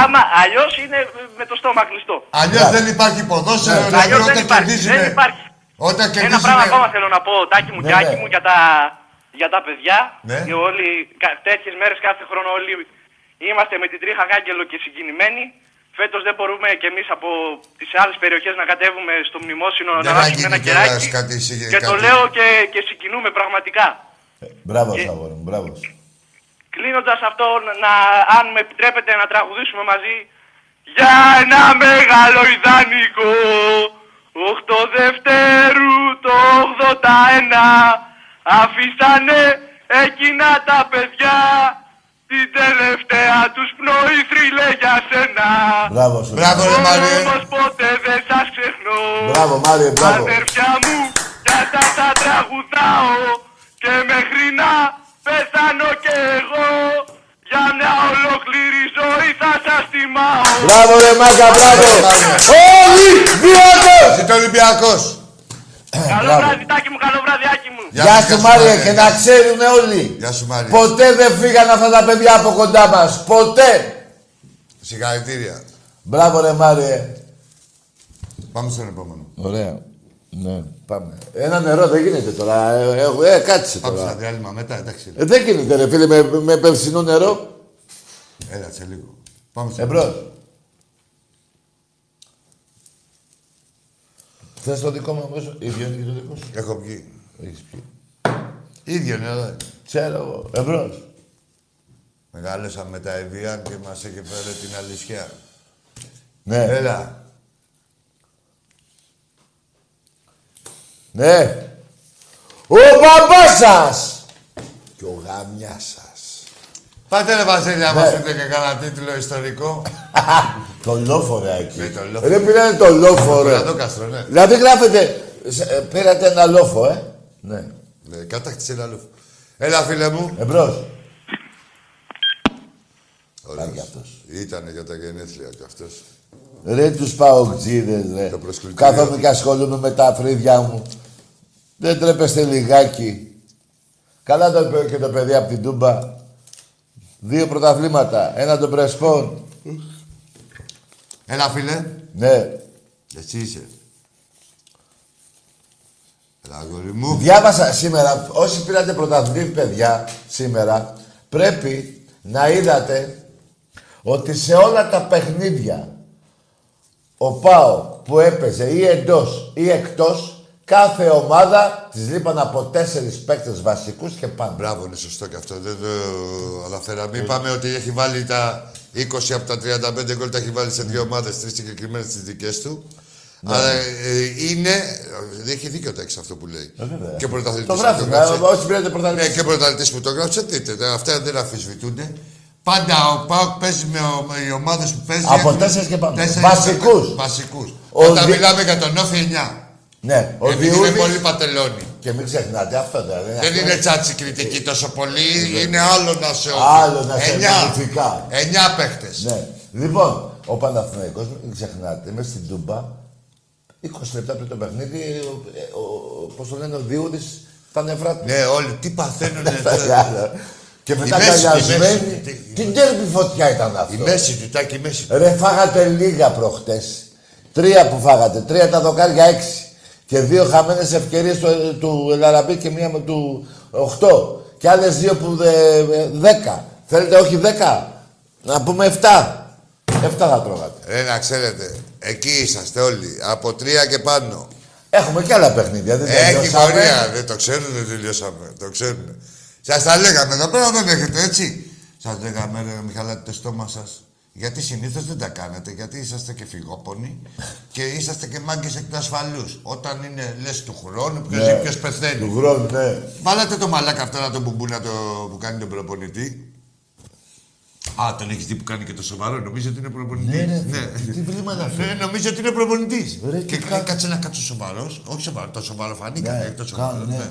F: Άμα αλλιώς είναι με το στόμα κλειστό.
B: Αλλιώς δεν υπάρχει ποδόσφαιρο,
A: Ναι.
B: δηλαδή,
F: Αλλιώς δεν
B: όταν
F: υπάρχει,
B: κερδίζουνε-
F: δεν υπάρχει.
B: Όταν ναι. κερδίζουν.
F: Ένα πράγμα ακόμα θέλω να πω, Τάκη μου
A: Ναι,
F: και Άκη
A: ναι.
F: μου για τα, για τα παιδιά.
B: Ναι.
F: Και όλοι, κα- τέτοιες μέρες κάθε χρόνο όλοι είμαστε με την τρίχα γάγκελο και συγκινημένοι. Φέτος δεν μπορούμε κι εμείς από τις άλλες περιοχές να κατέβουμε στο μνημόσυνο να
B: Δεν θα
F: ράψουμε ένα
B: γίνει κιόλας
F: κεράκι.
B: κάτι, εσύ,
F: και το
B: κάτι.
F: λέω Ε. και, και συγκινούμε πραγματικά.
A: Μπράβο,
F: Και-
A: αγόρι μου, μπράβο. σου.
F: Κλείνοντας αυτό, να, αν με επιτρέπετε να τραγουδήσουμε μαζί. Για ένα μεγάλο ιδανικό, 8 Δευτέρου το 81, αφήσανε εκείνα τα παιδιά, την τελευταία τους πνοή θρύλε για σένα.
A: Μπράβο σου.
B: Μπράβο, ρε Μάριε.
F: Όμως ποτέ δεν σας ξεχνώ.
A: Μπράβο, Μάριε, μπράβο.
F: Αδερφιά μου, για αυτά τα τραγουδάω και μέχρι να πεθάνω και εγώ για μια ολόκληρη ζωή θα σας τιμάω.
A: Μπράβο ρε Μάκα, μπράβο. Ολυμπιακός.
B: Ζήτω Ολυμπιακός.
F: Καλό
A: μπράβο.
F: βράδυ, Τάκη μου, καλό βράδυ, Άκη μου.
A: Γεια σου Μάριε και να ξέρουν όλοι.
B: Γεια σου, Μάριε.
A: Ποτέ δεν φύγαν αυτά τα παιδιά από κοντά μας. Ποτέ.
B: Συγχαρητήρια.
A: Μπράβο ρε Μάριε.
B: Πάμε στον επόμενο.
A: Ωραία. Ναι. Πάμε. Ένα νερό δεν γίνεται τώρα. Ε, ε, ε, κάτσε
B: Πάμε
A: τώρα.
B: στα διάλειμμα μετά, εντάξει.
A: Ε, δεν γίνεται ρε φίλε με, με πευσινό νερό.
B: Έλα σε λίγο. Πάμε στο
A: Εμπρός. Θες το δικό μου αμέσως. Ίδιο είναι και το δικό σου.
B: Έχω βγει.
A: Έχεις πει.
B: Ίδιο ε. είναι εδώ.
A: Ξέρω εγώ. Εμπρός.
B: Μεγάλωσαμε τα Εβιάν και μας έχει φέρει την αλυσιά.
A: Ναι.
B: Έλα.
A: Ναι. Ο παπά σας! Και ο γάμια σας.
B: Πάτε ρε Βασίλια,
A: Ναι.
B: μας πείτε και κανένα τίτλο ιστορικό.
A: [LAUGHS] Το λόφορα εκεί.
B: Ναι, το λόφορο.
A: Ρε πήρανε το
B: Τώρα
A: λόφορο.
B: το κάστρο, ναι.
A: Δηλαδή γράφετε. σε- ε, Πήρατε ένα λόφο, ε. Ναι.
B: Ναι, Κατάκτησε ένα λούφο. Έλα φίλε μου.
A: Εμπρό.
B: Ωραίος.
A: και αυτός.
B: Ήτανε για τα γενέθλια κι αυτός.
A: Ρε τους παοκτζίδες ρε.
B: Το προσκλητήριο.
A: Κάθομαι και ασχολούμαι με τα φρύδια μου. Δεν τρέπεστε λιγάκι. Καλά το είπε και το παιδί από την Τούμπα. Δύο πρωταθλήματα. Ένα των Πρεσπών.
B: Έλα φίλε.
A: Ναι.
B: Εσύ είσαι. Έλα αγόρι μου.
A: Διάβασα σήμερα, όσοι πήρατε πρωταθλή παιδιά σήμερα, πρέπει να είδατε ότι σε όλα τα παιχνίδια ο Πάο που έπαιζε ή εντός ή εκτός, κάθε ομάδα της λείπαν από τέσσερις παίκτες βασικούς και πάνω.
B: Μπράβο, είναι σωστό και αυτό. Δεν το αναφέραμε. Είπαμε ότι έχει βάλει τα 20 από τα 35 γκολ, τα έχει βάλει σε δύο ομάδες, τρεις συγκεκριμένες τις δικές του.
A: Ναι.
B: Αλλά ε, είναι. ε, Έχει δίκιο το αυτό που λέει.
A: Ε,
B: και πρωταθλητής.
A: Το γράφημα, όσοι πήρατε πρωταθλή.
B: Ναι, και πρωταθλητής που το γράψε, δείτε. τα- Αυτά δεν αμφισβητούνται. Πάντα ο Πάοκ παίζει με ο, οι ομάδες που παίζει.
A: Από
B: έχουν
A: τέσσερις και πάνω.
B: τέσσερις-
A: Βασικούς.
B: βασικούς.
A: Ο
B: Όταν
A: Δι-
B: μιλάμε για τον Όφη 9.
A: Ναι, ο Ναι,
B: Επειδή είναι πολύ
A: Διούδης.
B: πατελόνι.
A: Και μην ξεχνάτε αυτό τώρα.
B: Δεν
A: αυτό
B: είναι τσάτσι κριτική τόσο πολύ, είναι άλλο να σε
A: Ναι. Άλλο να σε
B: Εννιά.
A: μυθικά.
B: Εννιά παίχτες.
A: Ναι. Λοιπόν, ο Παναθηναϊκός, μην ξεχνάτε, μέσα στην Τούμπα, 20 λεπτά πριν το παιχνίδι, ο, ο, πώς το λένε, ο Διούδης, τα νευρά του.
B: Ναι, όλοι τι παθαίνουν
A: [LAUGHS] Τα γυάλα. Και μετά
B: μέση, τη
A: καλιασμένη,
B: μέση, τη-
A: τι τέρμι φωτιά ήταν
B: Η
A: αυτό.
B: μέση του, τάκι, η μέση του.
A: Ρε, φάγατε λίγα προχτές. Τρία που φάγατε, τρία τα δοκάρια έξι. Και δύο χαμένες ευκαιρίες του, του Ελαραμπή και μία με του οχτώ. Και άλλες δύο που δε, ε, δέκα. Θέλετε όχι δέκα, να πούμε εφτά. Εφτά θα τρώγατε.
B: Ρε, Ε, να ξέρετε, εκεί είσαστε όλοι, από τρία και πάνω.
A: Έχουμε και άλλα παιχνίδια. Δεν
B: Έχει
A: τελειώσαμε.
B: πορεία, δεν το ξέρουν, δεν τελειώσαμε, το ξέρουν. Σας τα λέγαμε εδώ πέρα, δεν έχετε, έτσι. Σας λέγαμε, ρε, μη χαλάτε το στόμα σας. Γιατί συνήθως δεν τα κάνετε, γιατί είσαστε και φυγόπονοι και είσαστε και μάγκες εκτασφαλούς. Όταν είναι λες του χρόνου, ποιος
A: Ναι.
B: ζει, ποιος πεθαίνει.
A: Του χρόνου, ναι.
B: Βάλατε το μαλάκα αυτό να το μπουμπούνα το, που κάνει τον προπονητή. Α, τον έχεις δει που κάνει και το σοβαρό. Νομίζω ότι είναι προπονητής.
A: Ναι, ρε, τι βλέμμα είναι αυτό.
B: νομίζω ότι είναι προπονητής.
A: Ρε,
B: Και
A: τι κα-
B: κάτσε να κάτσε σοβαρός. Όχι σοβαρό, το σοβαρό φανήκα.
A: Ναι,
B: Ναι, το
A: κα-
B: σοβαρό.
A: ναι.
B: Ναι.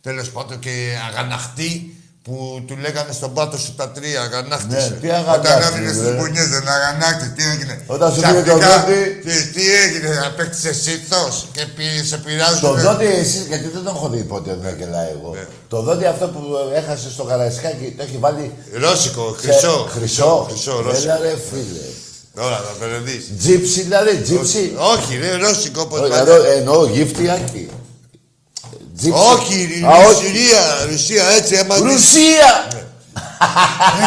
B: Τέλος πάντων και αγαναχτή που του λέγανε στον πάτο σου τα τρία, αγανάκτησε.
A: Ναι, τι αγανάκτησε,
B: Όταν έβγαινε
A: ρε.
B: στου μπουνιές δεν αγανάκτη, τι έγινε.
A: Όταν σου πήρε το
B: Ξαφνικά,
A: δόντι.
B: Τι, τι έγινε, απέκτησε ήθο και πη- σε πειράζουν.
A: Το δόντι εσείς, γιατί δεν τον έχω δει ναι. ποτέ να γελάει εγώ.
B: Ναι.
A: Το δόντι αυτό που έχασε στο Καραϊσκάκι το έχει βάλει
B: Ρώσικο,
A: σε-
B: χρυσό.
A: χρυσό.
B: Χρυσό, ρώσικο.
A: Έλα ρε φίλε.
B: Τώρα θα το ρεδείς.
A: Τζίψι δηλαδή, τζίψι.
B: Όχι, ρε, ρώσικο όπως
A: Όχι,
B: πάντα.
A: εννοώ- Εννοώ γύφτιάκι. Τζίψι.
B: Όχι, ρε,
A: Α, όχι.
B: Ρωσία, Ρωσία, έτσι άμα δεις.
A: Ρουσία!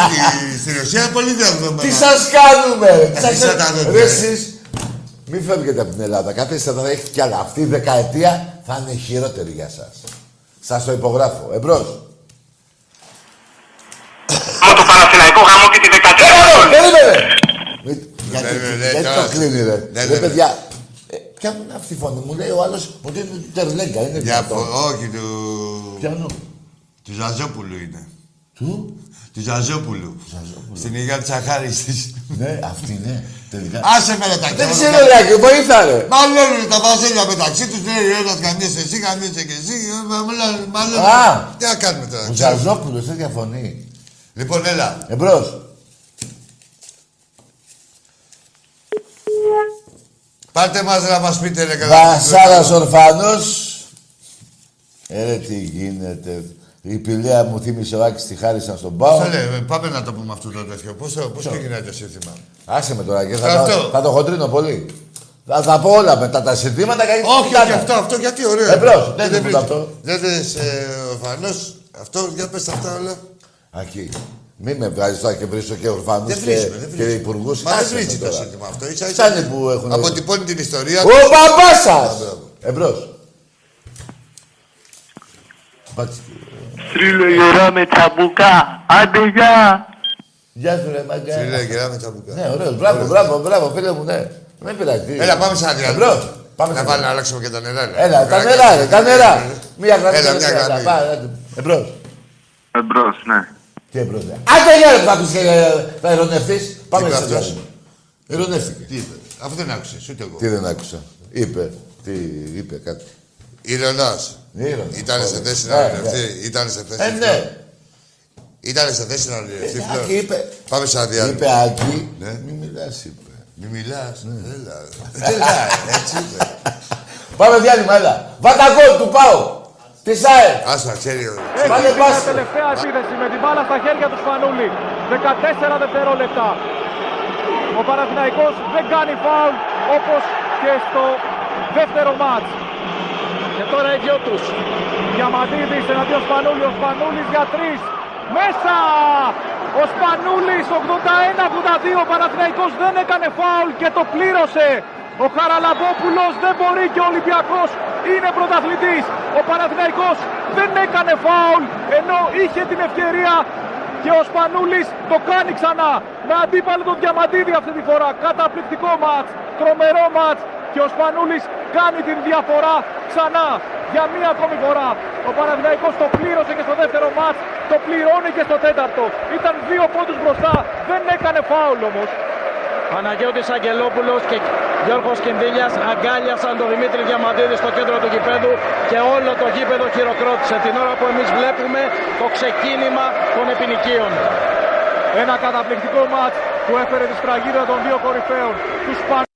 B: Έτσι, Στη Ρωσία πολύ δέχομαι.
A: Τι σας κάνουμε, ρε. Τι
B: Εσείς
A: σας
B: Ε, θα τα δείτε,
A: Ρε
B: ρε.
A: εσείς, μην φεύγετε από την Ελλάδα. Καθίστε εδώ, έχει κι άλλα. Αυτή η δεκαετία θα είναι χειρότερη για σας. Σας το υπογράφω. Εμπρός.
F: Από το Παναθηναϊκό γάμο και τη 14.
A: Ε, Περίμενε! Μη- Γιατί
B: ναι, ναι,
A: γιατί
B: τώρα.
A: το κλείνει, ρε.
B: Ναι,
A: Ρε
B: ναι,
A: παιδιά, ε, ποια είναι αυτή η φωνή, μου λέει ο άλλος ότι είναι του Τερλέγκα, είναι
B: Για
A: δυνατόν.
B: φο- Όχι, του...
A: Πιανού.
B: Του Ζαζόπουλου είναι.
A: Του,
B: Του Ζαζόπουλου. Στην υγεία της Αχάριστης.
A: ναι, αυτή είναι, τελικά.
B: Άσε με ρε τα
A: Δεν
B: κεφάλια.
A: ξέρω, ρε, βοήθα, ρε.
B: Μαλώνουν τα βασίλια μεταξύ τους, λέει ο ένας κανείς εσύ, κανείς και εσύ, ε, μαλώνουν, μαλώνουν.
A: Α.
B: Τι να κάνουμε τώρα.
A: Ο
B: ξέρω.
A: Ζαζόπουλος, τέτοια φωνή.
B: Λοιπόν, έλα.
A: Εμπρός.
B: Πάρτε μας να μας πείτε ρε καλά.
A: Βασάλας ορφανός. Ε, ρε, τι γίνεται. Η πηλαία μου θύμισε ο Άκης τη χάρισαν στον Πάο.
B: Πώς το λέει, ε, πάμε να το πούμε αυτό το τέτοιο. Πώς, το- πώς ξεκινάει το σύνθημα.
A: Άσε με τώρα και θα,
B: Αυτό.
A: το, θα το χοντρίνω πολύ. Θα τα πω όλα μετά τα συνθήματα και
B: Όχι,
A: κοιτάνα.
B: όχι αυτό, αυτό γιατί ωραίο.
A: Εμπρός, Ε, δεν
B: δεν
A: είναι
B: βρίσκω.
A: αυτό.
B: Δεν δες ε, ο Φανός, αυτό, για πες τα αυτά όλα.
A: Ακή. Μη με βγάζεις τώρα και βρίσκω και ορφανού
B: Δεν
A: και,
B: βρίσκουμε, δεν
A: και
B: βρίσκουμε.
A: υπουργούς.
B: Μα δεν βρίσκει το σύνθημα αυτό. Ίσα,
A: Σαν που έχουν.
B: αποτυπώνει την ιστορία.
A: Ο παπά σα!
B: Μπράβο.
A: Εμπρός. Μπάτσι.
H: Στρίλο γερά με τσαμπουκά. Άντε γεια.
A: Γεια σου, ρε μαγκά.
D: Φίλε, γυράμε τα μπουκά.
A: Ναι, ωραίος. Μπράβο, μπράβο, μπράβο, φίλε μου, ναι. Δεν πειράζει.
D: Έλα, πάμε σαν διάλειμμα.
A: Εμπρός. Πάμε
D: Να
A: σαν
D: βάλει να αλλάξουμε και τα νερά. ρε.
A: Έλα, τα νερά, ρε, τα νερά. Μία γραμμή.
D: Έλα, μια
A: τελευταία,
D: γραμμή.
A: πάμε, άντε. Εμπρός.
I: Εμπρός, ναι.
A: Τι εμπρός, ρε. Άντε, γεια, ρε, πάκους, ε, θα ειρωνευτείς. Πάμε
D: είπε
A: σε
D: αυτός?
A: διάλειμμα. Ειρωνεύτηκε.
D: Τι είπε. Αφού δεν άκουσε, ούτε εγώ.
A: Τι δεν άκουσα. Είπε. Τι είπε κάτι.
D: Ηρωνά.
A: Ήρωνας.
D: Ήταν σε
A: Ωραία.
D: θέση
A: Ναι,
D: να
A: ναι.
D: ονειρευτεί. Ήταν σε θέση.
A: Ε, ναι.
D: Ήταν σε θέση να ονειρευτεί.
A: Ε,
D: πλέον.
A: Άκη είπε.
D: Πάμε σαν
A: Είπε
D: διάλειμμα.
A: Άκη.
D: Ναι.
A: Μη μιλάς, είπε. Ναι. Ε,
D: Μη μιλάς. Έλα. ρε. Έλα, ρε, έτσι είπε.
A: Πάμε διάλειμμα, έλα. Βάτα γκολ του πάω. Τι σάε.
D: Άσου να ξέρει ο.
A: Βάλε πάση.
J: Τελευταία επίθεση με την μπάλα στα χέρια του Σπανούλη. 14 δευτερόλεπτα. Ο Παναθηναϊκός δεν κάνει φάουλ όπως και στο δεύτερο μάτς. Και τώρα οι δυο τους. Διαμαντίδης εναντίον Σπανούλη. Ο Σπανούλης για τρεις. Μέσα! Ο Σπανούλης 81-82. Ο Παναθηναϊκός δεν έκανε φάουλ και το πλήρωσε. Ο Χαραλαμπόπουλος δεν μπορεί και ο Ολυμπιακός είναι πρωταθλητής. Ο Παναθηναϊκός δεν έκανε φάουλ ενώ είχε την ευκαιρία και ο Σπανούλης το κάνει ξανά. Με αντίπαλο τον Διαμαντίδη αυτή τη φορά. Καταπληκτικό μάτς, τρομερό μάτς και ο Σπανούλης κάνει την διαφορά ξανά για μία ακόμη φορά. Ο Παναθηναϊκός το πλήρωσε και στο δεύτερο μάτς, το πληρώνει και στο τέταρτο. Ήταν δύο πόντους μπροστά, δεν έκανε φάουλ όμως.
K: Παναγιώτης Αγγελόπουλος και Γιώργος Κινδύλιας αγκάλιασαν τον Δημήτρη Διαμαντίδη στο κέντρο του γηπέδου και όλο το γήπεδο χειροκρότησε την ώρα που εμείς βλέπουμε το ξεκίνημα των επινοικίων.
J: Ένα καταπληκτικό μάτς που έφερε τη σφραγίδα των δύο κορυφαίων. Τους Σπανούλη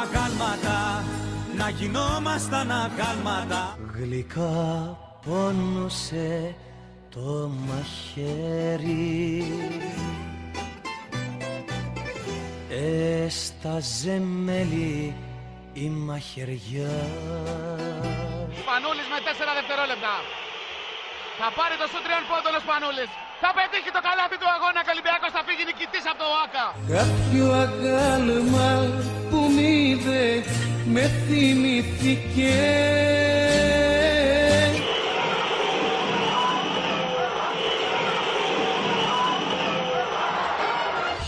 K: Αγάλματα, να γινόμασταν αγάλματα. Γλυκά πόνωσε το μαχαίρι. Έσταζε μέλι η μαχαιριά.
J: Σπανούλης με 4 δευτερόλεπτα. Θα πάρει το σου τριών πόντων ο Σπανούλης. Θα πετύχει το καλάθι του αγώνα και ο Ολυμπιακός θα φύγει νικητής από το ΟΑΚΑ.
K: Κάποιο αγάλμα που μ' είδε με θυμηθήκε.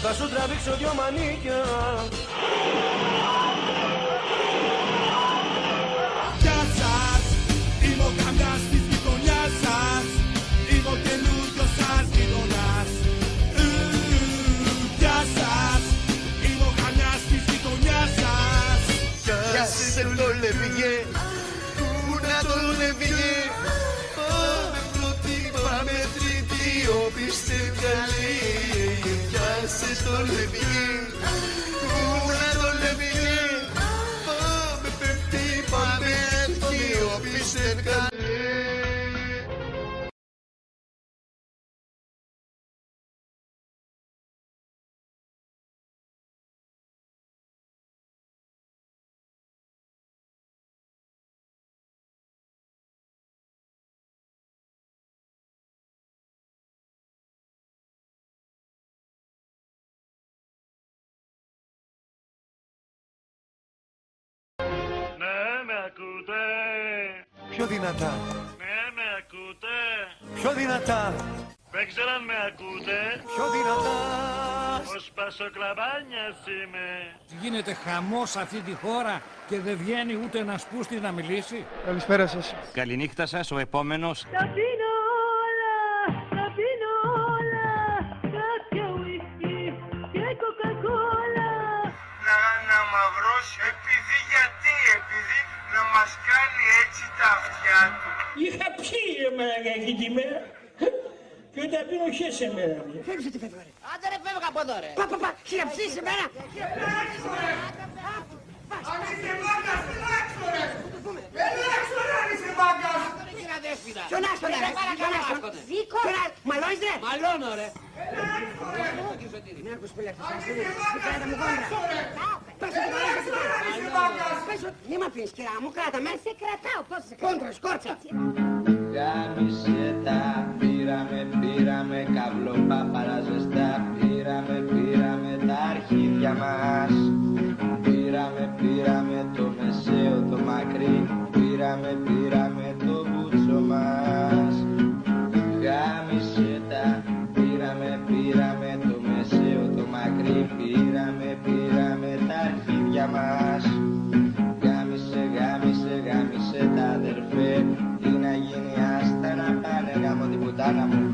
K: Θα σου τραβήξω δυο μανίκια
H: Γεια σας, είμαι ο καμιάς της γειτονιάς σας Είμαι ο καινούριος σας γειτονάς Ου, Γεια σας, είμαι ο καμιάς της γειτονιάς σας Γεια σε το λεβιγέ, που να το λεβιγέ Πάμε πρώτη, πάμε τρίτη, όπιστε καλή Γεια σε το λεβιγέ, που να το λεβιγέ Πάμε πέμπτη, πάμε έντονη, όπιστε καλή Ναι, με ακούτε.
K: Πιο δυνατά,
H: Ναι, με ακούτε.
K: πιο δυνατά,
H: Δεν ξέρω αν με ακούτε.
K: πιο δυνατά
H: Ο σπασοκλαβάνιας είμαι.
B: Γίνεται χαμός σε αυτή τη χώρα και δεν βγαίνει ούτε ένας πούστης να μιλήσει.
L: Καλησπέρα σας.
K: Καληνύχτα σας, ο επόμενος
M: Τα πίνω όλα, τα πίνω όλα, κάποια ουίσκι και κοκακόλα.
H: Να, να μαυρώσει. Επειδή γιατί, επειδή να μας κάνει έτσι τα αυτιά του.
B: Είχα πιει ρε μαλάκα εκείνη τη μέρα και όταν πίνω χέσε μέρα.
M: Άντε ρε φεύγα από εδώ ρε. Πα, πα, πα, χειραψείς εμένα.
H: Αν είσαι μάγκας, ελάξω ρε. Ελάξω ρε αν είσαι μάγκας.
M: Ποιον άστονα ρε, ποιον άστονα. Δίκο. Μαλώνεις ρε. Μαλώνω ρε.
H: Μη μ' αφήνεις κυρά μου, κράτα μες. Σε κρατάω, πώς σε κόντρα, σκόρτσα.
N: Γάμισε τα, πήραμε, πήραμε, καβλόπα παραζεστά, πήραμε, πήραμε τα αρχίδια μας. Πήραμε, πήραμε το μεσαίο, το μακρύ, πήραμε, πήραμε το μπούτσο μας. Γάμισε τα, πήραμε, πήραμε το μεσαίο, το μακρύ, πήραμε, πήραμε τα αρχίδια μας. Γάμισε, γάμισε, γάμισε τα αδερφέ Τι να γίνει άστα να πάνε γάμω την πουτάνα μου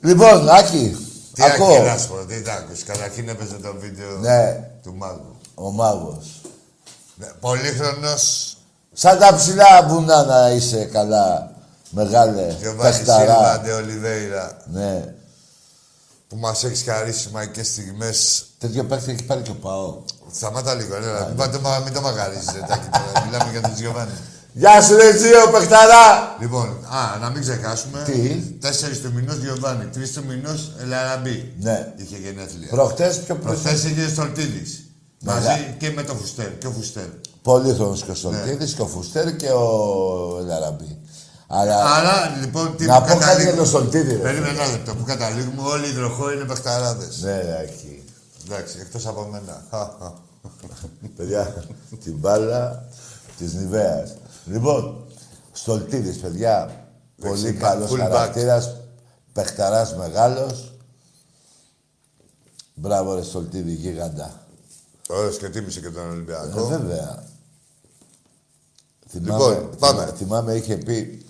A: Λοιπόν, Άκη,
B: Τι
A: ακούω.
B: άκουγες, να σου πω, τι τα άκουσες. Καταρχήν έπαιζε το βίντεο
A: Ναι.
B: του Μάγου.
A: Ο μάγος.
B: Πολύχρονος,
A: Σαν τα ψηλά βουνά να είσαι καλά. Μεγάλε.
B: Γιωβάνη Σίλβα,
A: Κασταρά.
B: Ντε Ολιβέηρα,
A: Ναι.
B: που μας έχεις χαρίσει μαγικές στιγμές.
A: Τέτοιο παίχτη έχει πάρει και ο Παό.
B: Σταμάτα λίγο, ρε. Μην, πάτε, μα- μην το μαγαρίζεις, ρε. τάκι, τώρα. Μιλάμε για τον Γιωβάνη.
A: Γεια σου, ρε Τζίο, παιχταρά!
B: Λοιπόν, α, να μην ξεχάσουμε.
A: Τι?
B: Τέσσερις του μηνός Γιωβάνη, τρεις του μηνός Ελαραμπή.
A: Ναι.
B: Είχε γενέθλια.
A: Προχτές, πιο Ναι. προχτές.
B: Προχτές είχε Στολτίδης.
A: Μεγάλη.
B: Μαζί και με τον Φουστέρ. Και ο Φουστέρ.
A: Πολύχρονο
B: Ναι.
A: και ο Στολτίδης και ο Φουστέρ και ο Ελαραμπή. Αλλά.
B: Άρα, λοιπόν, τι
A: να
B: που
A: πω κάτι
B: καταλήγουμε-
A: για τον Στολτίδη. ρε.
B: Περίμενε ένα λεπτό. Πού καταλήγουμε, όλοι οι υδροχόοι είναι παιχταράδες.
A: Ναι, ρε, Άκη.
B: Εντάξει, εκτός από μένα.
A: [LAUGHS] παιδιά, την μπάλα της Νιβαία. Λοιπόν, Στολτίδης, παιδιά. Πολύ
B: Δεξικά,
A: καλός
B: full back.
A: χαρακτήρας. Πεχταρά μεγάλος. Μπράβο, ρε Στολτίδη, γίγαντα.
B: Ωραίος και τίμησε και τον
A: Ε,
B: Ολυμπιακό.
A: βέβαια.
B: Λοιπόν, πάμε.
A: θυμά- Θυμάμαι, είχε πει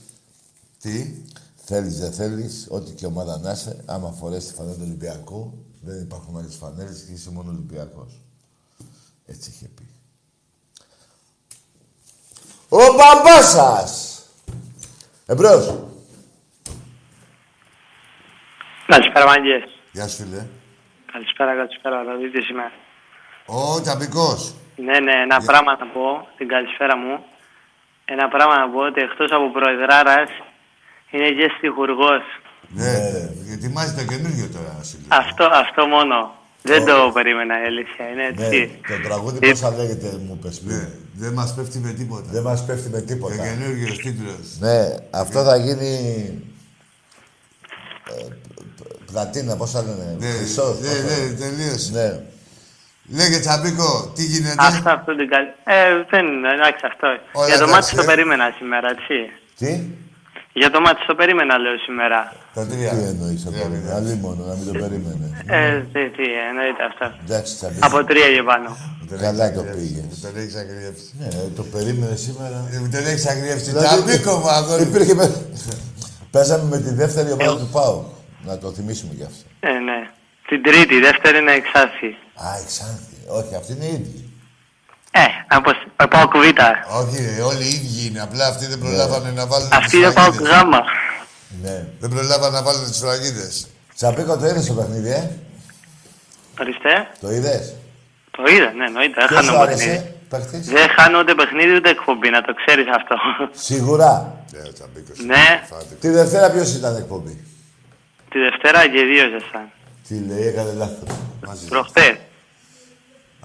B: Τι.
A: Θέλεις, δεν θέλεις, ό,τι και ομάδα να είσαι, άμα φορέσει τη φανέλα του Ολυμπιακού, δεν υπάρχουν άλλες φανέλες και είσαι μόνο Ολυμπιακός. Έτσι είχε πει. Ο Ε, μπαμπά σα! Εμπρό!
O: Καλησπέρα, Μάγκες.
B: Γεια σου, φίλε.
O: Καλησπέρα, καλησπέρα. Θα δείτε σήμερα.
B: Ω, ταμπικός.
O: Ναι, ναι, ένα πράγμα να πω. Την καλησπέρα μου. Ένα πράγμα να πω ότι εκτός από προεδράρας είναι και στιχουργός.
B: Ναι, ναι. ετοιμάζει το καινούργιο τώρα, Σιλ.
O: Αυτό, αυτό μόνο. Δεν το περίμενα η αλήθεια. Είναι
A: Ναι,
O: έτσι.
A: το τραγούδι πώς θα λέγεται, μου πες πριν.
B: Ε, Ναι, Δεν μας πέφτει με τίποτα.
A: Δεν μας πέφτει με
B: Ο
A: τίποτα.
B: καινούργιος τίτλος.
A: Ναι, αυτό θα γίνει. ε, π- π- Πλατίνα, πώς θα λένε.
B: Ναι,
A: χρυσός,
B: ναι,
A: πώς θα
B: ναι,
A: λένε.
B: τελείωσε.
A: Ναι.
B: Λέγε Τσαμπίκο, τι γίνεται.
O: Αυτό, αυτό την καλή. Ε, δεν είναι, εντάξει, αυτό.
B: Όλα
O: Για το
B: εντάξει,
O: μάτι
B: ε.
O: το περίμενα σήμερα, έτσι.
A: Τι?
O: Για το μάτι το περίμενα, λέω σήμερα.
B: Τα
A: Τι
B: τρία.
A: εννοεί το περίμενε. Αλλή μόνο, να μην το περίμενε.
O: Ε, τι, τι, εννοείται αυτό.
A: Εντάξει, θα μπεις.
O: Από τρία και πάνω.
A: Καλά το πήγες.
B: Μου τον έχεις αγριεύσει.
A: Ναι, το περίμενε σήμερα.
B: Ε, Μου τον έχεις αγριεύσει.
A: Δηλαδή,
B: Τσαμπίκο μου, αγόρι. μου.
A: Υπήρχε με... Παίζαμε με τη δεύτερη ομάδα του ΠΑΟ. Να το θυμίσουμε κι αυτό.
O: Ε, ναι. Την τρίτη, η δεύτερη είναι εξάθη.
A: Α, η Ξάνθη. Όχι, αυτή είναι η ίδια.
O: Ε, από πάω κουβίτα.
B: Όχι, ρε, όλοι οι ίδιοι είναι. Απλά αυτοί δεν προλάβανε να βάλουν
O: Αυτή
B: τις
O: είναι πάω
B: φραγίδες.
O: γάμα.
A: Ναι.
B: Δεν προλάβανε να βάλουν τις φραγίδες.
A: Τσαπίκο, το είδες το παιχνίδι, ε.
O: Ορίστε.
A: Το είδες.
O: Το είδα, ναι, εννοείται. Δεν
A: Ποιος σου
O: χάνω
A: άρεσε,
O: παιχνίδι.
A: παίχτη.
O: Δεν χάνω ούτε παιχνίδι ούτε εκπομπή, να το ξέρεις αυτό.
A: Σίγουρα.
B: Ναι, ο Τσαμπίκος.
O: Ναι.
B: Φάτικο.
A: Τη Δευτέρα ποιος ήταν εκπομπή.
O: Τη Δευτέρα και δύο ήσασταν.
A: Τι λέει, έκανε λάθος. Μαζί.
O: Προχτές.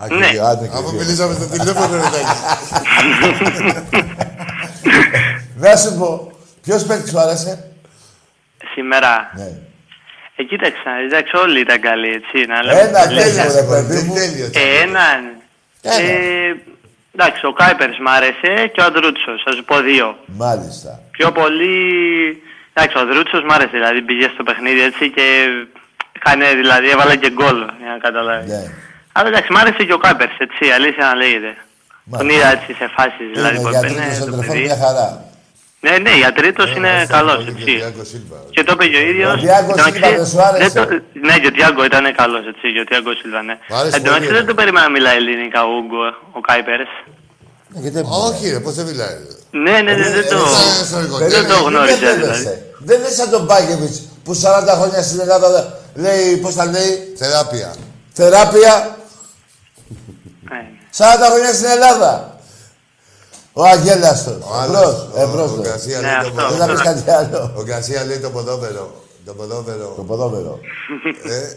O: Ναι.
A: Άκη, άντε και
B: Αφού
A: δύο.
B: μιλήσαμε στο τηλέφωνο, ρε
O: [LAUGHS]
B: Τάκη.
A: Να σου πω, ποιος παίχτη σου άρεσε.
O: Σήμερα.
A: Ναι.
O: Ε, κοίταξα, εντάξει, όλοι ήταν καλοί, έτσι. Να λέμε
A: Ένα
O: αλήθεια.
A: τέλειο, ρε παιδί μου.
B: Τέλειο.
O: Ε, έναν. Ε, εντάξει, ο Κάιπερ μ' άρεσε και ο Αντρούτσο. Θα σου πω δύο.
A: Μάλιστα.
O: Πιο πολύ. Εντάξει, ο Ανδρούτσος μ' άρεσε. Δηλαδή πήγε στο παιχνίδι έτσι και. Κάνε, δηλαδή έβαλε και γκολ για να καταλάβεις.
A: Ναι.
O: Αλλά εντάξει, μ' άρεσε και ο Κάπερ, έτσι, αλήθεια να λέγεται. Τον
A: Μάλιστα.
O: είδα έτσι σε φάσεις δηλαδή που
A: Είναι για τρίτο
O: έπαιρνε το
A: εντρεφόν
O: παιδί.
A: μια χαρά.
O: Ναι, ναι, για τρίτο είναι καλό.
B: Διάκο Σίλβα.
O: Και το είπε και ο ίδιος.
A: Ο Thiago Silva δεν σου άρεσε?
O: Ναι, και ο Τιάγκο ήταν καλός, έτσι. Και ο Τιάγκο Σίλβα, ναι.
B: Μ' άρεσε
O: Εν τω μεταξύ
B: πολύ,
O: δεν
B: ε.
O: το περίμενα να μιλάει ελληνικά ο Ούγκο, ο Κάιπερ.
A: Ναι, γιατί δεν
B: Όχι, ρε, πώς Ε, δεν μιλάει. ρε.
O: Ναι, ναι, ναι, δεν το.
B: Ε, στο εργοτέλειο.
O: Δεν το γνώριζα
A: Δεν
O: δηλαδή.
A: φαίνεσαι. Δεν είσαι σαν τον Μπάκεβιτ που 40 χρόνια στην Ελλάδα δε- λέει, πώ τα λέει,
B: Θεράπεια.
A: θεράπεια.
O: Ε,
A: 40 χρόνια στην Ελλάδα. Ο Αγγέλαστο.
B: Ο άλλος,
A: Εμπρό.
B: ο- Ο
A: Εμπρό.
B: Γκαρσία
O: Ναι,
B: λέει το
O: αυτό.
A: Δεν
B: ποδό-
A: θα πεις κάτι άλλο.
B: ο Γκαρσία λέει το ποδόπεδο. Το
A: Το
B: ποδόπεδο.
A: ποδόπεδο.
B: Ε,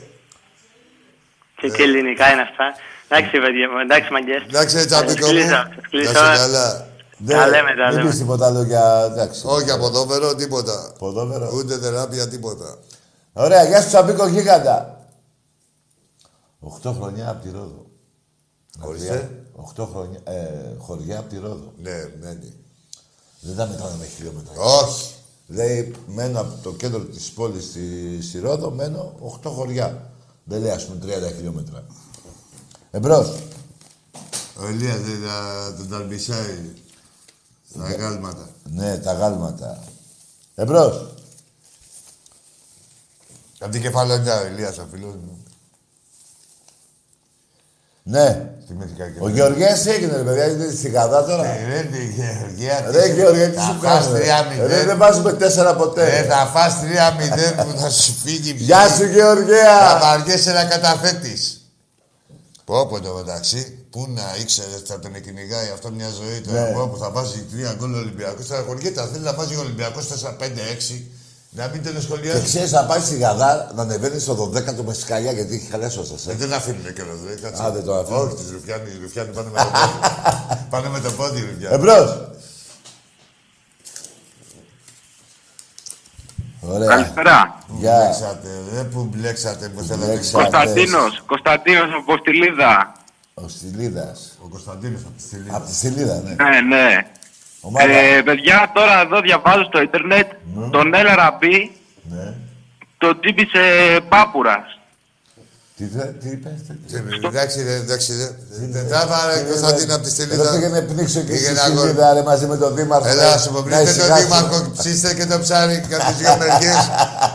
O: Και τι ελληνικά είναι αυτά. Εντάξει, παιδιά μου, εντάξει, μαγκές.
B: Εντάξει, ρε, τσαμπίκο μου.
O: Κλείσα, κλείσα.
B: Να είσαι καλά.
O: Τα λέμε, τα
A: Μην
O: λέμε.
A: πεις τίποτα άλλο για. Εντάξει.
B: Όχι από ποδόπεδο, τίποτα.
A: Ποδόπεδο.
B: Ούτε θεράπεια, τίποτα.
A: Ωραία, γεια σου Τσαμπίκο Γίγαντα. 8 χρονιά από τη Ρόδο.
B: Ορίστε.
A: 8 χρονιά. Ε, χωριά από τη Ρόδο.
B: Ναι, μένει.
A: Δεν τα μετράω με χιλιόμετρα.
B: Όχι.
A: Λέει, μένω από το κέντρο της πόλης στη, στη Ρόδο, μένω 8 χωριά. Δεν λέει, ας πούμε, 30 χιλιόμετρα. Εμπρός.
B: Ο Ελίας δεν θα τον ταλμπισάει στα γάλματα.
A: Ναι, τα γάλματα. Εμπρός. Αντικεφαλονιά, ο Ηλίας ο φίλος μου.
H: Ναι.
A: Θυμήθηκα και
H: Ο Γεωργιάς τι έγινε, ρε παιδιά, είναι στη Γαδά τώρα.
A: Ε, ρε, τη Γεωργία.
H: Ρε
A: τι-
H: Γεωργία, τι
A: θα
H: σου
A: φας
H: κάνω. ρε.
A: 3-0.
H: Ρε, δεν βάζουμε τέσσερα ποτέ.
A: Ε, θα φας 3-0 που θα σου φύγει.
H: Γεια σου, Γεωργία.
A: Θα βαριέσαι να καταθέτεις. Πω πω το μεταξύ, πού να ήξερες θα τον κυνηγάει αυτό μια ζωή τώρα.
H: Ναι.
A: Πω που θα βάζει τρία γκολ Ολυμπιακός. Θα χωριέται, θέλει να βάζει ο Ολυμπιακό 4-5-6. Να μην τον
H: Και
A: σχολιάσει.
H: ξέρεις να πάει στη Γαδά να ανεβαίνεις στο 12ο με σκαλιά γιατί έχει χαλέσει όσα
A: Ε, δεν αφήνουν και εδώ. Δεν κάτσε.
H: Α, δεν το αφήνουν.
A: Όχι, της Ρουφιάνη, οι Ρουφιάνη πάνε με το
H: [LAUGHS]
A: πόδι. πάνε με το πόδι, οι Ρουφιάνη.
H: Ε, Εμπρό. Ωραία.
F: Καλησπέρα.
A: Πού
H: Γεια.
A: μπλέξατε, ρε, πού μπλέξατε, που θέλατε.
H: Μπλέξατε.
F: Κωνσταντίνος, Κωνσταντίνος από Ποστιλίδα.
H: Ο Στυλίδας.
A: Ο Κωνσταντίνος από τη Στυλίδα.
H: Από τη Στυλίδα, ναι.
F: Ναι, ναι.
H: Ομάδα.
F: Ε, παιδιά, τώρα εδώ διαβάζω στο ίντερνετ τον Έλα Ραμπή,
H: Ναι.
F: τον τύπησε Πάπουρας.
H: Τι, θε- τι είπε,
A: Εντάξει, ρε, εντάξει. ρε. Δεν τράβα, Κωνσταντίνο, από τη
H: Εδώ
A: Στυλίδα.
H: πήγαινε πνίξω και
A: Πήγαινε
H: στη
A: αγόρι.
H: Στυλίδα ρε, μαζί με τον Δήμαρχο.
A: Ελά, σου πω,
H: Να
A: βρείτε τον
H: ησυχάσουμε.
A: Δήμαρχο, ψήστε και το ψάρι και από τις δύο μεριές.